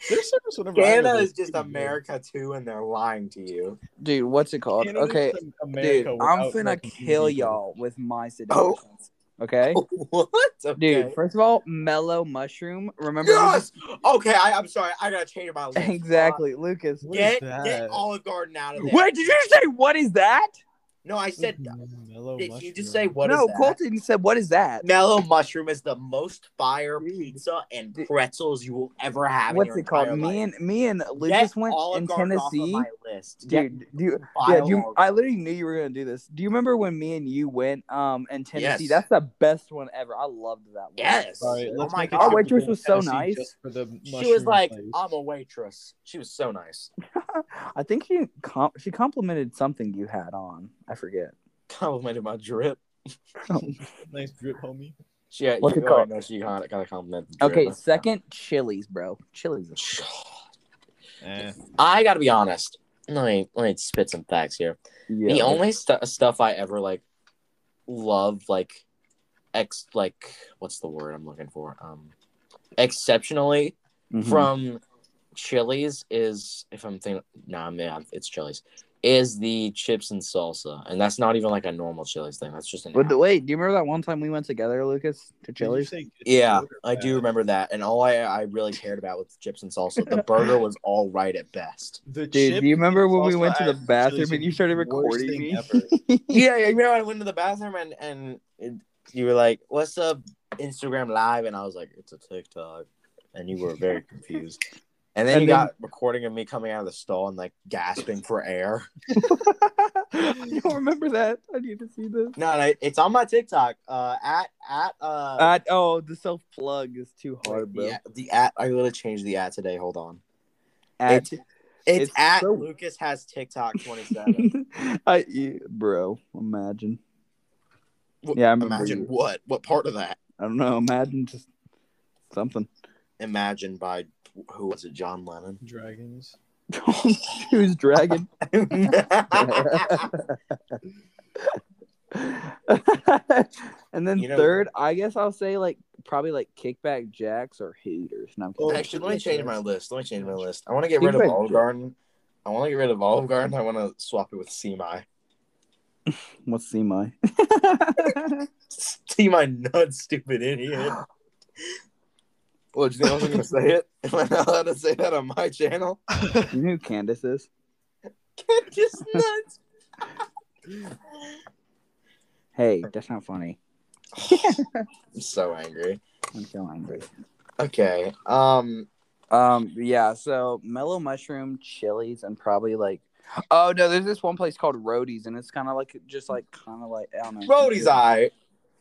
Their service whenever I go Canada there is just pretty good. America too, and they're lying to you. Dude, what's it called? Canada's okay, just Dude, America I'm without finna American kill people. y'all with my Oh. suggestions. Okay? What? Okay. Dude, first of all, mellow mushroom. Remember? yes. Okay, I, I'm sorry. I gotta change my list. Uh, Exactly, Lucas. What is Get that? get Olive Garden out of there. Wait, did you say what is that? No, I said. Mm, mellow Did you just say mushroom. what is no, that? Colton said what is that? Mellow mushroom is the most fire Dude. pizza and Dude. pretzels you will ever have. What's in your it called? entire Me life. and me and Get Lucas went Olive in Garden off of Tennessee. my list. Get Dude, do you, vile yeah, do you, Olive I literally knew you were gonna do this. Do you remember when me and you went um in Tennessee? Yes. That's the best one ever. I loved that one. Yes. Sorry, Oh let's my make God. it Our to waitress was so Tennessee nice. just for the She was mushroom like, "Um, place. "I'm a waitress." She was so nice. I think she com- she complimented something you had on. I forget. Complimented my drip. nice drip, homie." She, had- What's you it already called? know she kind of complimented. the drip. Okay, second Chili's, bro. Chili's. Eh. I gotta be honest. Let me let me spit some facts here. the only stu- stuff I ever like love like ex like what's the word I'm looking for um exceptionally Mm-hmm. from Chili's is if I'm thinking nah man it's Chili's is the chips and salsa and that's not even like a normal Chili's thing that's just an But the, wait, do you remember that one time we went together, Lucas, to Chili's? yeah I do remember that and all I I really cared about was chips and salsa the burger was all right at best The Dude, chip do you remember when we salsa went to the at Chili's bathroom is and you the started worst recording thing me? ever. yeah, yeah, you remember I went to the bathroom and and it- you were like, "What's up, Instagram Live?" And I was like, "It's a TikTok," and you were very confused. And then And you then- got recording of me coming out of the stall and like gasping for air. I don't remember that. I need to see this. No, no it's on my TikTok. Uh, at at uh, Uh, oh, the self plug is too the, hard, bro. at- the at. I literally changed the at today. Hold on. At- It's, It's at so- Lucas has TikTok twenty seven. I, yeah, bro, imagine. Yeah, I remember imagine you. what? What part of that? I don't know. Imagine just something. Imagine by who was it? John Lennon. Dragons. Who's dragon? and then You know- third, I guess I'll say like probably like kickback jacks or hooters. No, I'm kidding. Actually, let me change my list. Let me change my list. I want to get You rid of can- Olive Garden. I want to get rid of Olive Garden. I want to swap it with CMI. What's see my? CMI, nut, stupid idiot. What, do you think I was going to say it? Am I not allowed to say that on my channel? you know who Candace is? Just nuts. Hey, that's not funny. I'm so angry. I'm so angry. Okay. Um. Um, yeah, so mellow mushroom chilies and probably like Oh no, there's this one place called Roadies and it's kind of like just like kind of like I don't know. Brody's eye.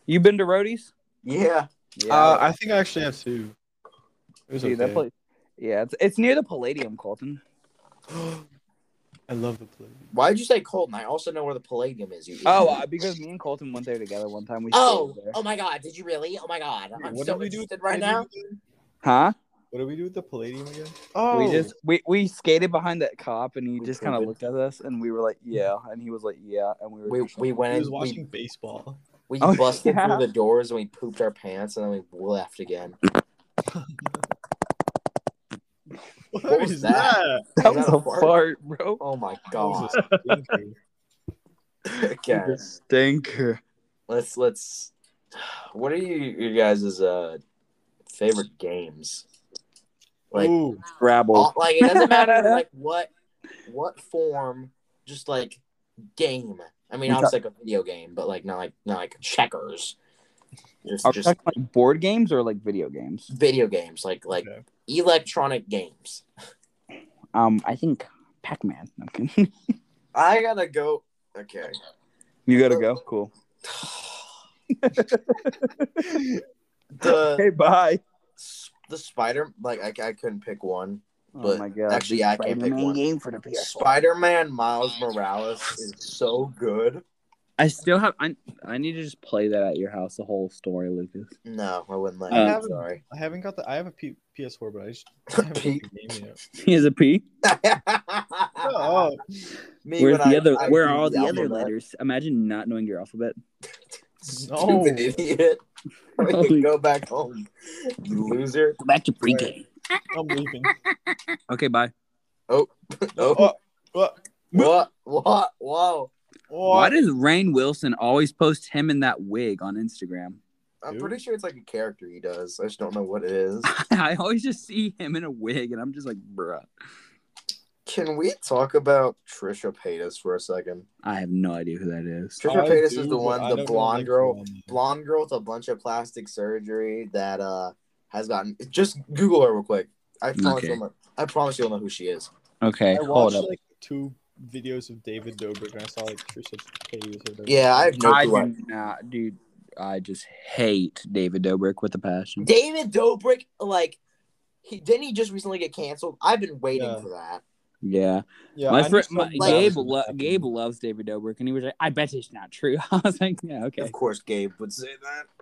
You been to Roadies? Yeah. Yeah. Uh, I think I actually have two. It was dude, that okay. place. Yeah, it's, it's near the Palladium, Colton. I love the play. Why'd you say Colton? I also know where the Palladium is. You Oh, idiot. uh, because me and Colton went there together one time. We oh, stayed there. oh my God! Did you really? Oh my God! I'm What so did we do interested right now. huh? What do we do with the Palladium again? Oh, We just we, we skated behind that cop and he We just kind of skated. looked at us and we were like yeah and he was like yeah and we were We just like, we went he was in. We watching baseball. We Oh, busted yeah. through the doors and we pooped our pants and then we left again. What, was that? that was that a a fart? fart, bro. Oh my god. That was a stinker. Okay. You Stinker. Let's let's what are you you guys' uh favorite games? Like Ooh, all, Scrabble. like it doesn't matter like what what form, just like game. I mean You obviously like a video game, but like not like not like checkers. Just Are we just talking like board games or like video games? video games, like like Okay. electronic games. Um, I think Pac-Man. I'm kidding. I gotta go okay. you gotta go. Cool. the Hey, bye. the spider like I, I couldn't pick one Oh But my god. actually yeah, i can't pick Spider-Man one game for the PS4. spider-man miles morales is so good I still have. I I need to just play that at your house. The whole story, Lucas. no i wouldn't like I it. haven't- sorry I haven't got the. I have a P- PS4, but I just I haven't got the Pete. game yet. He has a P. Oh, Me Where's when the I- other? I where do are all the other alphabet. letters? Imagine not knowing your alphabet. No. stupid idiot I can go back home you loser Go back to pregame. I'm leaving. Okay, bye. oh Oh, what? what what whoa Why What? does Rain Wilson always post him in that wig on Instagram? i'm Dude. pretty sure it's like a character he does i just don't know what it is I always just see him in a wig, and I'm just like, bruh. can we talk about trisha paytas for a second I have no idea who that is. trisha I paytas do, is the but I one don't the know, blonde like, um, girl who I'm- blonde girl with a bunch of plastic surgery that uh has gotten just Google her real quick. I promise Okay. you'll know. I promise you'll know who she is. Okay, I hold watched up. like two videos of David Dobrik and I saw like Trisha Paytas or whatever. Yeah, I have no I clue. do not, dude. I just hate David Dobrik with a passion. David Dobrik, like he didn't he just recently get canceled? I've been waiting Yeah. for that. Yeah, yeah. I my knew friend something like- Gabe, was gonna lo- happen. Gabe loves David Dobrik, and he was like, "I bet it's not true." I was like, "Yeah, okay," Of course Gabe would say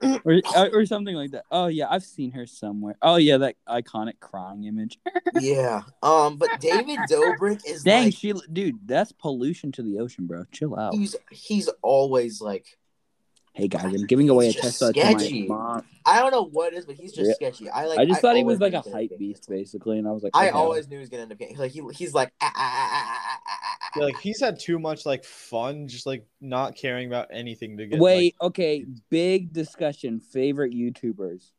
that. or, or or something like that. Oh yeah, I've seen her somewhere. Oh yeah, that iconic crying image. yeah. Um but David Dobrik is Dang, like she, dude, that's pollution to the ocean, bro. Chill out. he's he's always like Hey guys, I'm giving away a He's just Tesla to my sketchy. mom. I don't know what it is, but he's just Yeah. sketchy. I like I just thought he always was like knew a gonna hype get beast, canceled. basically, and I was like, I okay. always knew he was gonna end up getting like he, he's like ah, ah, ah, ah, ah, ah, ah, Yeah, like he's had too much like fun, just like not caring about anything to get. Wait, okay, big discussion. Favorite YouTubers.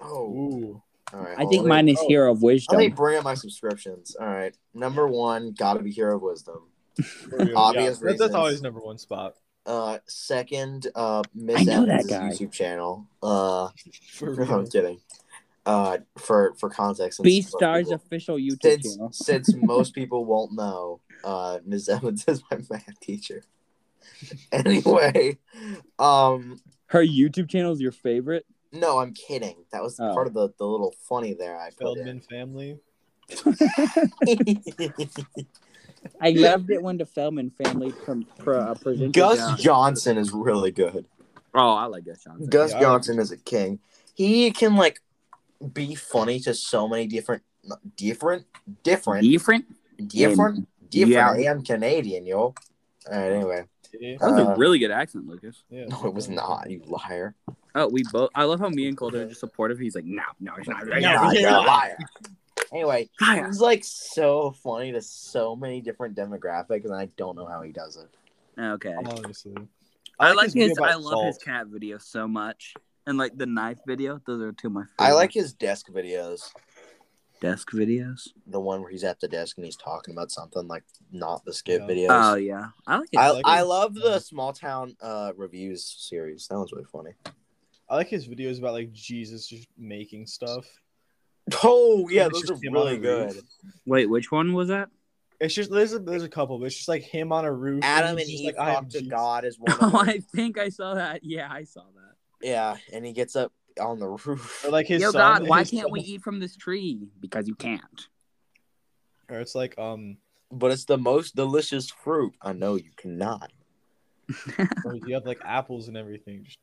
Oh, Like, ooh. all right. I hold think on. mine is Hero of Let me Wisdom. bring up my subscriptions. All right. Number one, gotta be Hero of Wisdom. Yeah, Obvious that- that's reasons. always number one spot. Uh, second, uh, I Miss know Evans' that guy. YouTube channel. Uh, For no, I'm real. kidding. Uh, for for context, since B most Star's people- official YouTube since channel. since most people won't know, uh, Miss Evans is my math teacher. anyway, um, Her YouTube channel is your favorite. no, I'm kidding. That was Oh. part of the, the little funny there I put Feldman family. in. I loved it when the Feldman family from pro, uh, presented. Gus Johnson. Johnson is really good. Oh, I like Gus Johnson. Gus Yeah. Johnson is a king. He can like be funny to so many different, different, different, Different. different, different. Yeah. I am Canadian, yo. All right, anyway, Yeah. That was Uh, a really good accent, Lucas. yeah. no, it was not. You liar! Oh, we both. I love how me and Colton are just supportive. He's like, no, no, he's not. No, Right Yeah. you're a liar. Anyway, Liar. he's like so funny to so many different demographics, and I don't know how he does it. Okay. Honestly. I like video his. about I love his salt. cat video so much, and like the knife video. Those are two of my. Favorites. I like his desk videos. desk videos. The one where he's at the desk and he's talking about something like not the skip Yeah. videos. Oh yeah, I like it. I, like I it. love the small town uh reviews series. That one's really funny. I like his videos about like Jesus just making stuff. Oh yeah, It's those just are him on a really roof. good. Wait, which one was that? It's just there's a, there's a couple, but it's just like him on a roof. Adam and he's just Eve "I am talk to Jesus." God is one. Oh, of them. I think I saw that. Yeah, I saw that. Yeah, and he gets up on the roof. Or like his Yo, song, God, why his can't song- we eat from this tree? Because you can't. Or it's like um, but it's the most delicious fruit. I know you cannot. or you have like apples and everything. Just-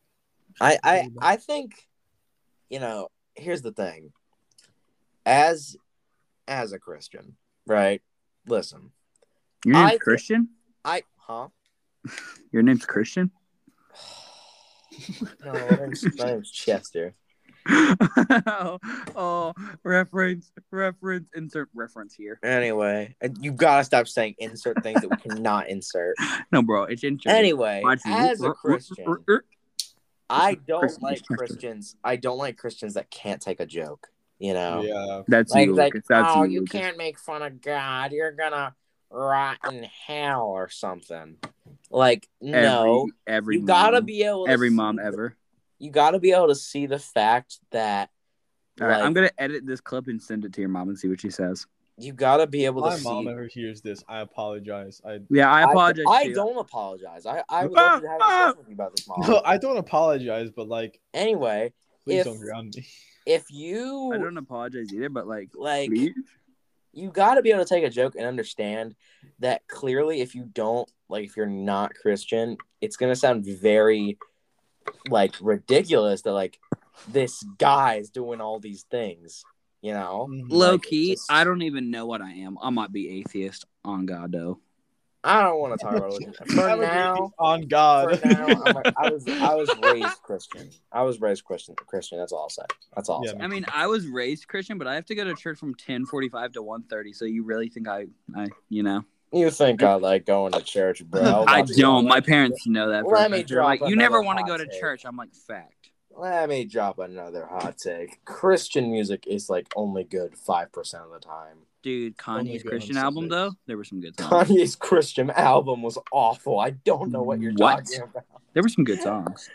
I Oh, I I think, you know, here's the thing. As as a Christian, right? Listen, Your name's I- Christian. I huh? Your name's Christian. No, my name's, my name's Chester. oh, oh, reference, reference, insert reference here. Anyway, and you gotta stop saying insert things that we cannot insert. No, bro, it's insert. Anyway, Watch you. as a Christian, I don't like Christian. Christians. I don't like Christians that can't take a joke. You know, Yeah, That's like you, like Lucas. That's oh, you, you Lucas. can't make fun of God. You're gonna rot in hell or something. Like Every, no, every you gotta mom, be able. To every see- mom ever. You gotta be able to see the fact that All right, like, I'm gonna edit this clip and send it to your mom and see what she says. you gotta be able my to mom see. ever hears this, I apologize. I Yeah, I apologize. I, to you. don't apologize. I I would love to have a discussion with you about this, mom. no, I don't apologize, but like, Anyway, please If- don't ground me. if I you don't apologize either, but like, like. please? you got to be able to take a joke and understand that clearly if you don't like if you're not christian it's going to sound very like ridiculous that like this guy's doing all these things you know Mhm. Like, low it's key, just- I don't even know what I am. I might be atheist on God though. i don't want to talk about religion for I'm a now baby on for God. now I'm like, i was i was raised christian i was raised christian christian that's all i'll say that's all I'll Yeah, say. I mean, I was raised Christian, but I have to go to church from ten forty-five to 1.30, So you really think I, I, you know, you think i like going to church bro I Let me- don't. My parents know that. For Let a me fact. They're like, drop you never another want to hot go to take. church. I'm like, fact. Let me drop another hot take. Christian music is like only good five percent of the time. Dude, my Kanye's God, Christian I'm so album big. though, there were some good songs. Kanye's Christian album was awful. I don't know what you're What? talking about. There were some good songs.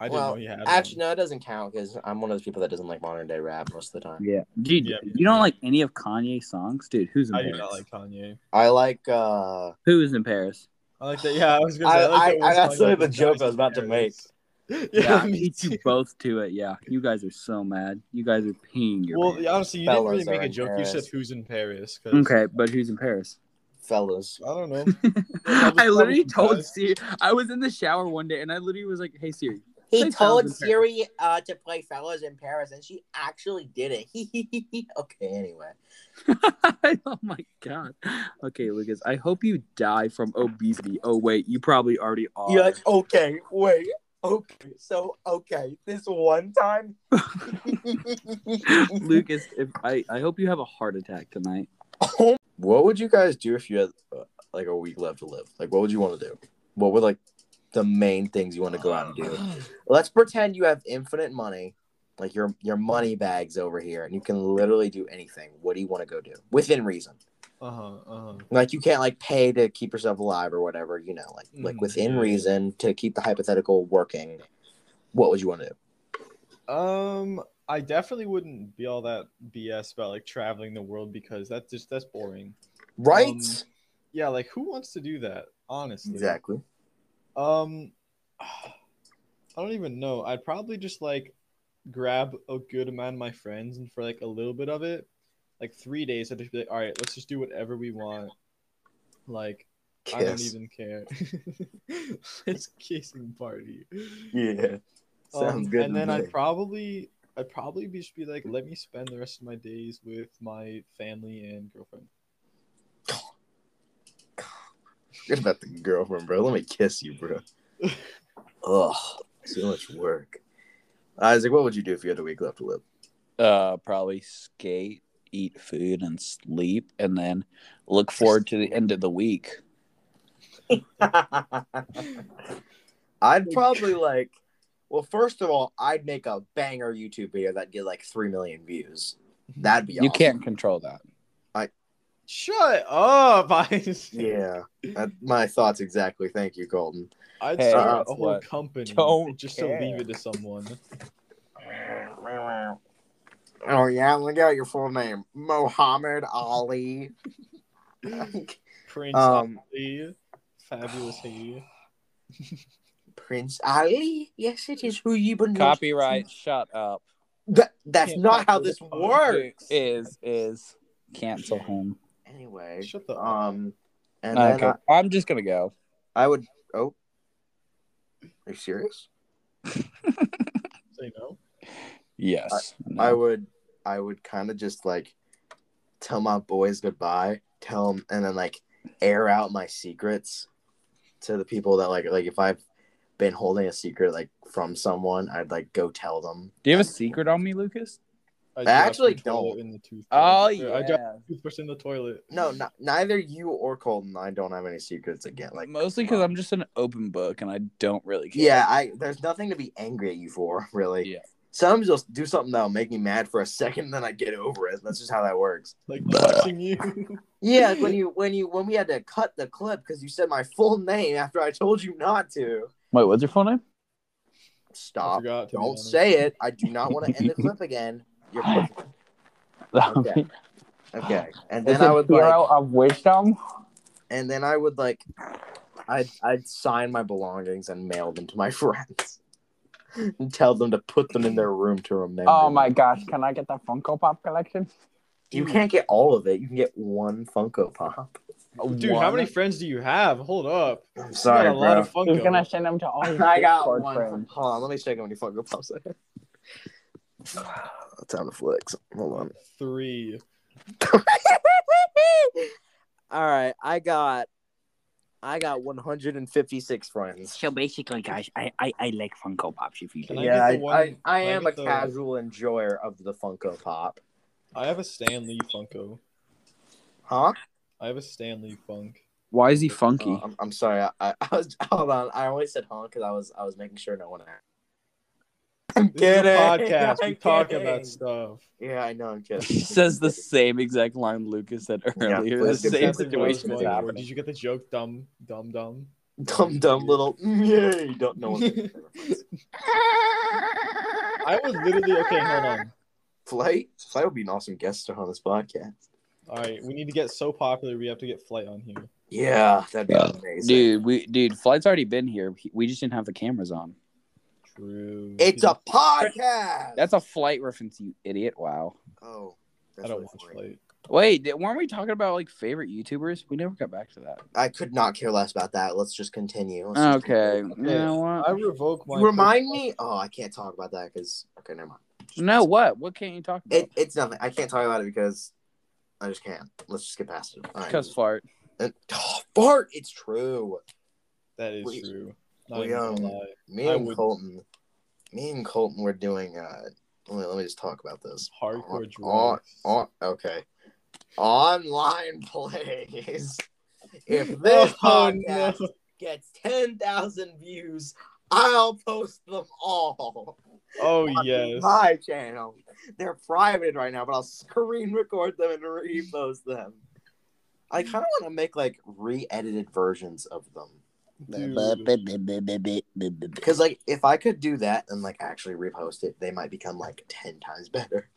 I didn't well, know you had one. Actually, no, it doesn't count because I'm one of those people that doesn't like modern day rap most of the time. Yeah, dude, Yeah. you don't like any of Kanye's songs, dude. Who's in I do Paris? not like Kanye. I like. uh Who is in Paris? I like that. Yeah, I was gonna say. I- like that I- one I- that's song literally about the joke I guys was about to in make. Paris. Yeah, Yeah, I me beat you too. both to it. Yeah, you guys are so mad. You guys are peeing your. Well, pants. honestly, you didn't really Fellas are make a in joke. You said Paris. who's in Paris? 'cause- Okay, but who's in Paris? Fellas, I don't know. I literally told Guys. Siri. I was in the shower one day, and I literally was like, "Hey Siri." he Say told Fellas in Siri uh, to play Fellas in Paris, and she actually did it. okay, anyway. oh my god. Okay, Lucas. I hope you die from obesity. Oh wait, you probably already are. You're like, okay, wait, okay, so okay, this one time. Lucas, if I, I hope you have a heart attack tonight. What would you guys do if you had uh, like a week left to live? Like, what would you want to do? What would like the main things you want to go out and do? Let's pretend you have infinite money, like your your money bags over here, and you can literally do anything. What do you want to go do within reason? Uh huh. Uh huh. Like, you can't like pay to keep yourself alive or whatever, you know, like like Mm, within yeah. reason to keep the hypothetical working. What would you want to do? Um, I definitely wouldn't be all that BS about like traveling the world because that's just that's boring. Right? Um, Yeah, like who wants to do that? Honestly. exactly. Um, I don't even know. I'd probably just like grab a good amount of my friends and for like a little bit of it, like three days, I'd just be like, all right, let's just do whatever we want. Like I don't Kiss. even care. it's kissing party. Yeah. Sounds Um, good. And to then me. I'd probably I'd probably be, just be like, let me spend the rest of my days with my family and girlfriend. Forget about the girlfriend, bro. Let me kiss you, bro. Ugh, so much work. Isaac, what would you do if you had a week left to live? Uh, probably skate, eat food, and sleep, and then look forward to the end of the week. I'd probably like, well, first of all, I'd make a banger YouTube video that'd get like 3 million views. That'd be You awesome. can't control that. Shut up, Isaac. Yeah, that, my thoughts exactly. Thank you, Colton. I'd Hey, start that's a whole what- company Don't just care. to leave it to someone. Oh yeah, look out your full name, Mohammed Ali. Prince Um, Ali, fabulous Haiti. Prince Ali. Yes, it is who you've been. Copyright. Shut up. That, that's Can't not how copyright. this Oh, works. Is is cancel him. Anyway, Shut the um, and then Ah, Okay, I'm just gonna go. I, I would. Oh, are you serious? Say no. Yes. No. I would. I would kind of just like tell my boys goodbye. Tell them, and then like air out my secrets to the people that like like if I've been holding a secret like from someone, I'd like go tell them. Do you have a secret on me, Lucas? I, actually dropped the toilet don't. In the toothbrush. Oh Or I dropped yeah. the toothbrush in the toilet. No, n- neither you or Colton. I don't have any secrets again. Like Mostly because I'm just an open book and I don't really care. Yeah, I there's nothing to be angry at you for, really. Yeah. Sometimes you'll do something that'll make me mad for a second, then I get over it. That's just how that works. Like watching you. Yeah, like when you when you when we had to cut the clip because you said my full name after I told you not to. Wait, what's your full name? I Stop! forgot. to be Don't honest. say it. I do not want to end the clip again. You're perfect. Okay. okay. And then I would like, of wisdom. and then I would like, I'd I'd sign my belongings and mail them to my friends, and tell them to put them in their room to remember. me. Oh gosh, can I get the Funko Pop collection? Mm-hmm. You can't get all of it. You can get one Funko Pop. Dude, how many friends do you have? Hold up. I'm You got a lot of Funko. send them to all I got one. Hold on, let me check how many Funko Pops I have. Time to flex. Hold on. Three. all right, I got, I got 156 friends. So basically, guys, I, I, I like Funko Pops if you Can do. I yeah, get I, the one- I, I can I am get a the- casual enjoyer of the Funko Pop. I have a Stan Lee Funko. Huh? I have a Stan Lee Funk. Why is he funky? Oh, I'm, I'm sorry. I, I, I was hold on. I only said huh because I was I was making sure no one. asked. I'm This is a kidding. podcast. We I'm talk kidding. about stuff. Yeah, I know. I'm kidding. he says the same exact line Lucas said Yeah, earlier. the please do. same That's Exactly what I was situation is going for. happening. Did you get the joke, dumb, dumb, dumb? dumb dumb little yay don't know what I would literally. Okay, hold on. flight flight would be an awesome guest star on this podcast All right, we need to get so popular we have to get Flight on here. yeah that'd be Yeah. amazing Dude, we dude, flight's already been here. We just didn't have the cameras on. True. it's a podcast That's a flight reference, you idiot! Wow. oh I that's don't really watch funny. Flight. Wait, di- weren't we talking about like favorite YouTubers? We never got back to that. i could not care less about that let's just continue Let's just Okay. continue. You know I what? revoke my. remind me oh i can't talk about that because okay never mind No, what? What can't you talk about? it, it's nothing i can't talk about it because i just can't let's just get past it All right. Because fart. And- oh, bart it's true That is We- true. we, Not even um, gonna lie. me I and would- colton me and colton were doing uh let me, let me just talk about this Hardcore on, drugs. on, okay. Online plays. If this Oh, podcast no. gets 10,000 views, I'll post them all Oh on yes. my channel. They're private right now, but I'll screen record them and repost them. I kind of want to make like re-edited versions of them. Dude. Because like if I could do that and like actually repost it, they might become like 10 times better.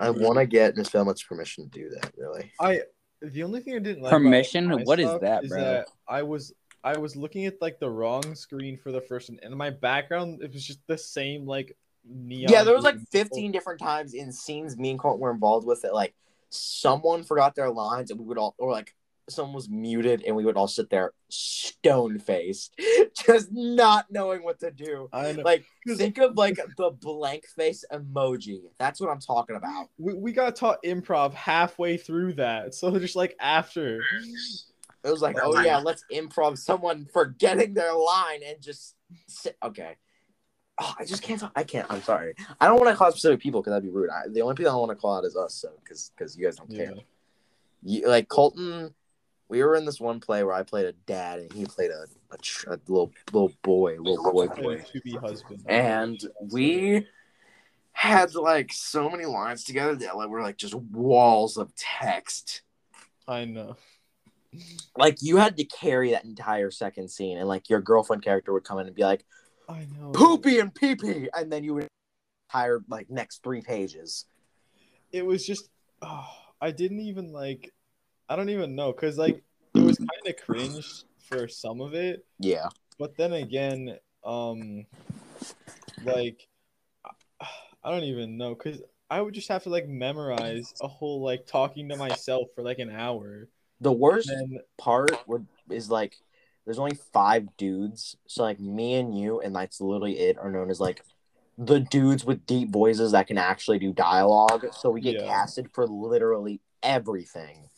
I want to get Miss Velma's permission to do that, really. I the only thing I didn't like. Permission? about my What is stuff that, bro? I was I was looking at like the wrong screen for the first one, and my background it was just the same like neon. Yeah, there was like green. 15 different times in scenes me and Colt were involved with that like someone forgot their lines and we would all or like someone was muted and we would all sit there stone faced, just not knowing what to do. I know. Like think of like the blank face emoji. That's what I'm talking about. we, we got taught improv halfway through that, so just like after. It was like, oh yeah, let's improv someone forgetting their line and just sit. okay. Oh, I just can't. Talk. I can't. I'm sorry. I don't want to call out specific people because that'd be rude. I, the only people I want to call out is us, so because because you guys don't care. Yeah. you, like Colton, we were in this one play where I played a dad and he played a, a, tr- a little little boy, little boy boy, To be husband. and we had like so many lines together that like were like just walls of text. I know. Like you had to carry that entire second scene, and like your girlfriend character would come in and be like I know. poopy and pee pee, and then you would hire like next three pages. It was just. Oh, I didn't even like. I don't even know because like it was kind of cringe for some of it, Yeah, but then again, um, like I- I don't even know because I would just have to like memorize a whole like talking to myself for like an hour. the worst Then part would is like there's only five dudes, so like me and you, and that's literally it, are known as like the dudes with deep voices that can actually do dialogue. So we get Yeah. casted for literally everything.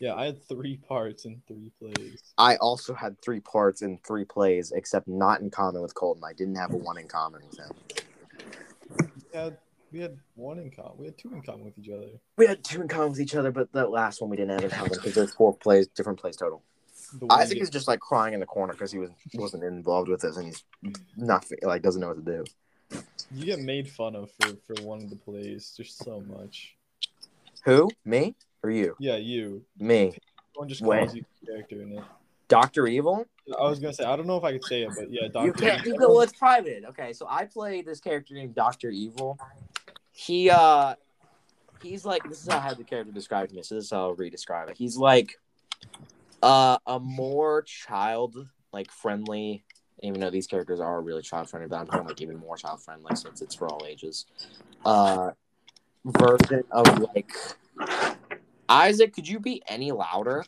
yeah, I had three parts in three plays. I also had three parts in three plays, except not in common with Colton. I didn't have a one in common with him. We had we had one in common. We had two in common with each other. We had two in common with each other, but that last one we didn't have in common because there's four plays, different plays total. The one Isaac that- is just like crying in the corner because he was wasn't involved with us and he's not like doesn't know what to do. you get made fun of for for one of the plays just so much. Who? Me or you? Yeah, you. Me. One just When? calls you a character in it. Doctor Evil. I was gonna say I don't know if I could say it, but yeah, Doctor. You can't. You go, well, it's private. Okay, so I play this character named Doctor Evil. He uh, he's like this is how I had the character described to me. So this is how I'll re-describe it. He's like uh a more child like friendly. Even though these characters are really child friendly, but I'm talking like even more child friendly since it's for all ages. Uh, version of like Isaac. Could you be any louder?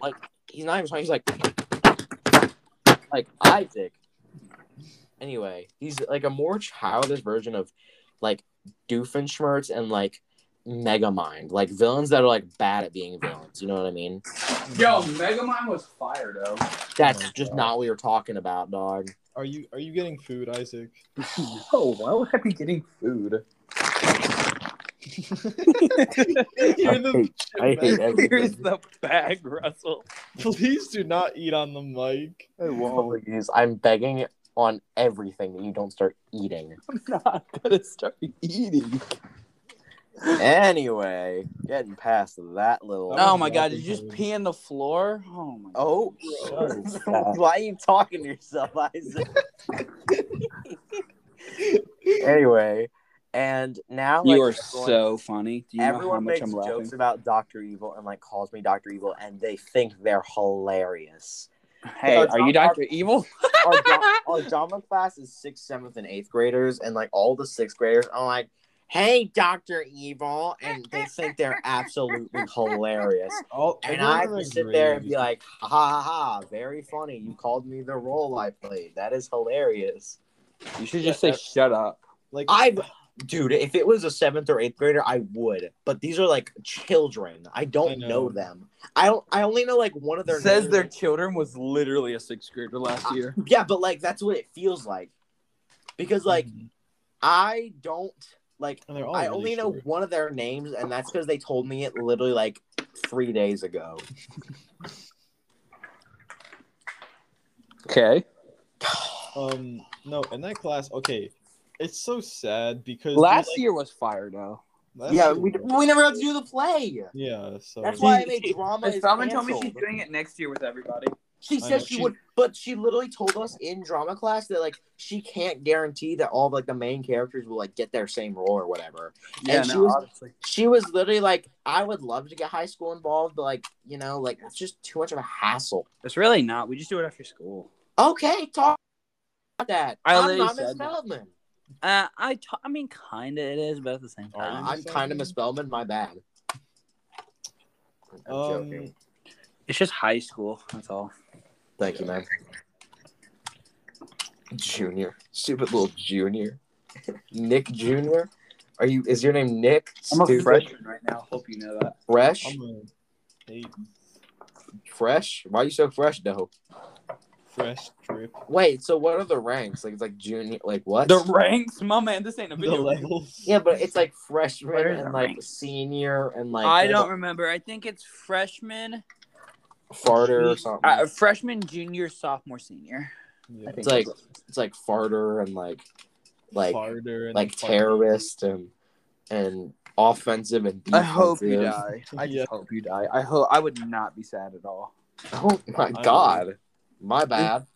Like he's not even trying. He's like like Isaac. Anyway, he's like a more childish version of like Doofenshmirtz and like Megamind, like villains that are like bad at being villains. You know what I mean? Yo, Megamind was fire though. That's Oh my just God. not what you're talking about, dog. Are you are you getting food, Isaac? Oh, why would I be getting food? You're the I hate Here's everything. the bag, Russell. Please do not eat on the mic. Please, I'm begging on everything that you don't start eating. I'm not gonna start eating. Anyway, getting past that little. That Oh was my god, did nothing you just for me. pee in the floor? Oh my god. Oh, why are you talking to yourself, Isaac? anyway, and now like, you are everyone- so funny. Do you know how everyone much makes I'm jokes laughing? about Doctor Evil and like calls me Doctor Evil, and they think they're hilarious. Hey, No, are you John- Doctor Evil? Our, dra- our drama class is sixth, seventh, and eighth graders, and like all the sixth graders are like, "Hey, Doctor Evil," and they think they're absolutely hilarious. All, And everyone I in our would sit there and grade- be like, ha ha ha, very funny. You called me the role I played. That is hilarious. You should just say shut up. like I, dude, if it was a seventh or eighth grader, I would. But these are like children. I don't I know. know. them. I don't. I only know like one of their. Says names. their children was literally a sixth grader last year. Yeah, but like that's what it feels like, because like I don't like. and they're all I Mm-hmm. Oh, really only know short. one of their names, and that's because they told me it literally like three days ago. Okay. Um, no, in that class, okay, it's so sad because they're, Last like- year was fire though. last Yeah, year we, was- we never got to do the play. yeah. So That's why I made drama. And is Salman told me she's canceled. doing it next year with everybody. She I said know, she she- would, but she literally told us in drama class that like she can't guarantee that all like the main characters will like get their same role or whatever. Yeah, and she no, was obviously. she was literally like, I would love to get high school involved, but like you know, like it's just too much of a hassle. It's really not. We just do it after school. Okay, talk about that. I I am literally not Miss said that. Feldman. Uh, I t- I mean, kinda it is, but at the same Are you? time, I'm kind of Miss Feldman. My bad. I'm um, joking. it's just high school. That's all. Thank you, man. Junior, stupid little junior, Nick Junior. Are you? Is your name Nick? I'm a Stupid. freshman right now. Hope you know that. Fresh, I'm a eight fresh. Why you so fresh though? fresh drip. Wait, so what are the ranks? Like it's like junior, like what? The ranks, my man. This ain't a The video. game. levels. yeah, but it's like freshman What are the and like ranks? senior and like I don't remember. I think it's freshman, farter or something. uh, freshman, junior, sophomore, senior. Yeah. it's like it's like farter and like like harder and like farther. terrorist and and offensive and I hope you defensive. die. I just Yeah. hope you die. I hope I would not be sad at all. Oh my god. My bad.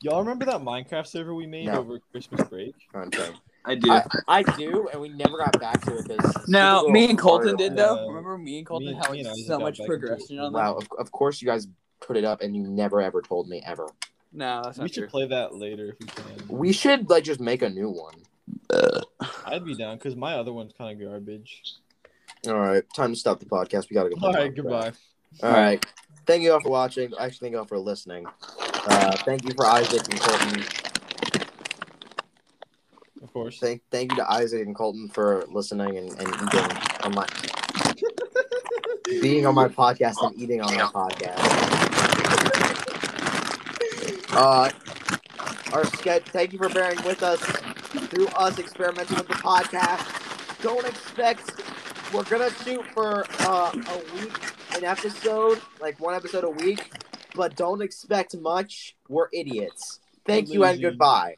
Y'all remember that Minecraft server we made No. over Christmas break? Okay. I do. I, I do, and we never got back to it because No, me and Colton did that. though. though. Remember me and Colton Me- had like me and Isaac so got much back into it. progression on that. Wow, of, of course you guys put it up and you never ever told me ever. No, that's we not should true. play that later if we Mm-hmm. can. We should like just make a new one. I'd be down because my other one's kind of garbage. All right, time to stop the podcast. We gotta go. play All right, Minecraft. goodbye. All right, thank you all for watching. Actually, thank you all for listening. Uh, thank you for Isaac and Colton. Of course. Thank thank you to Isaac and Colton for listening and, and being on my being on my podcast and eating on my podcast. Uh, our sketch. Thank you for bearing with us through us experimenting with the podcast. Don't expect we're gonna shoot for uh, a week an episode, like one episode a week, but don't expect much. We're idiots. Thank you and Illusion. goodbye.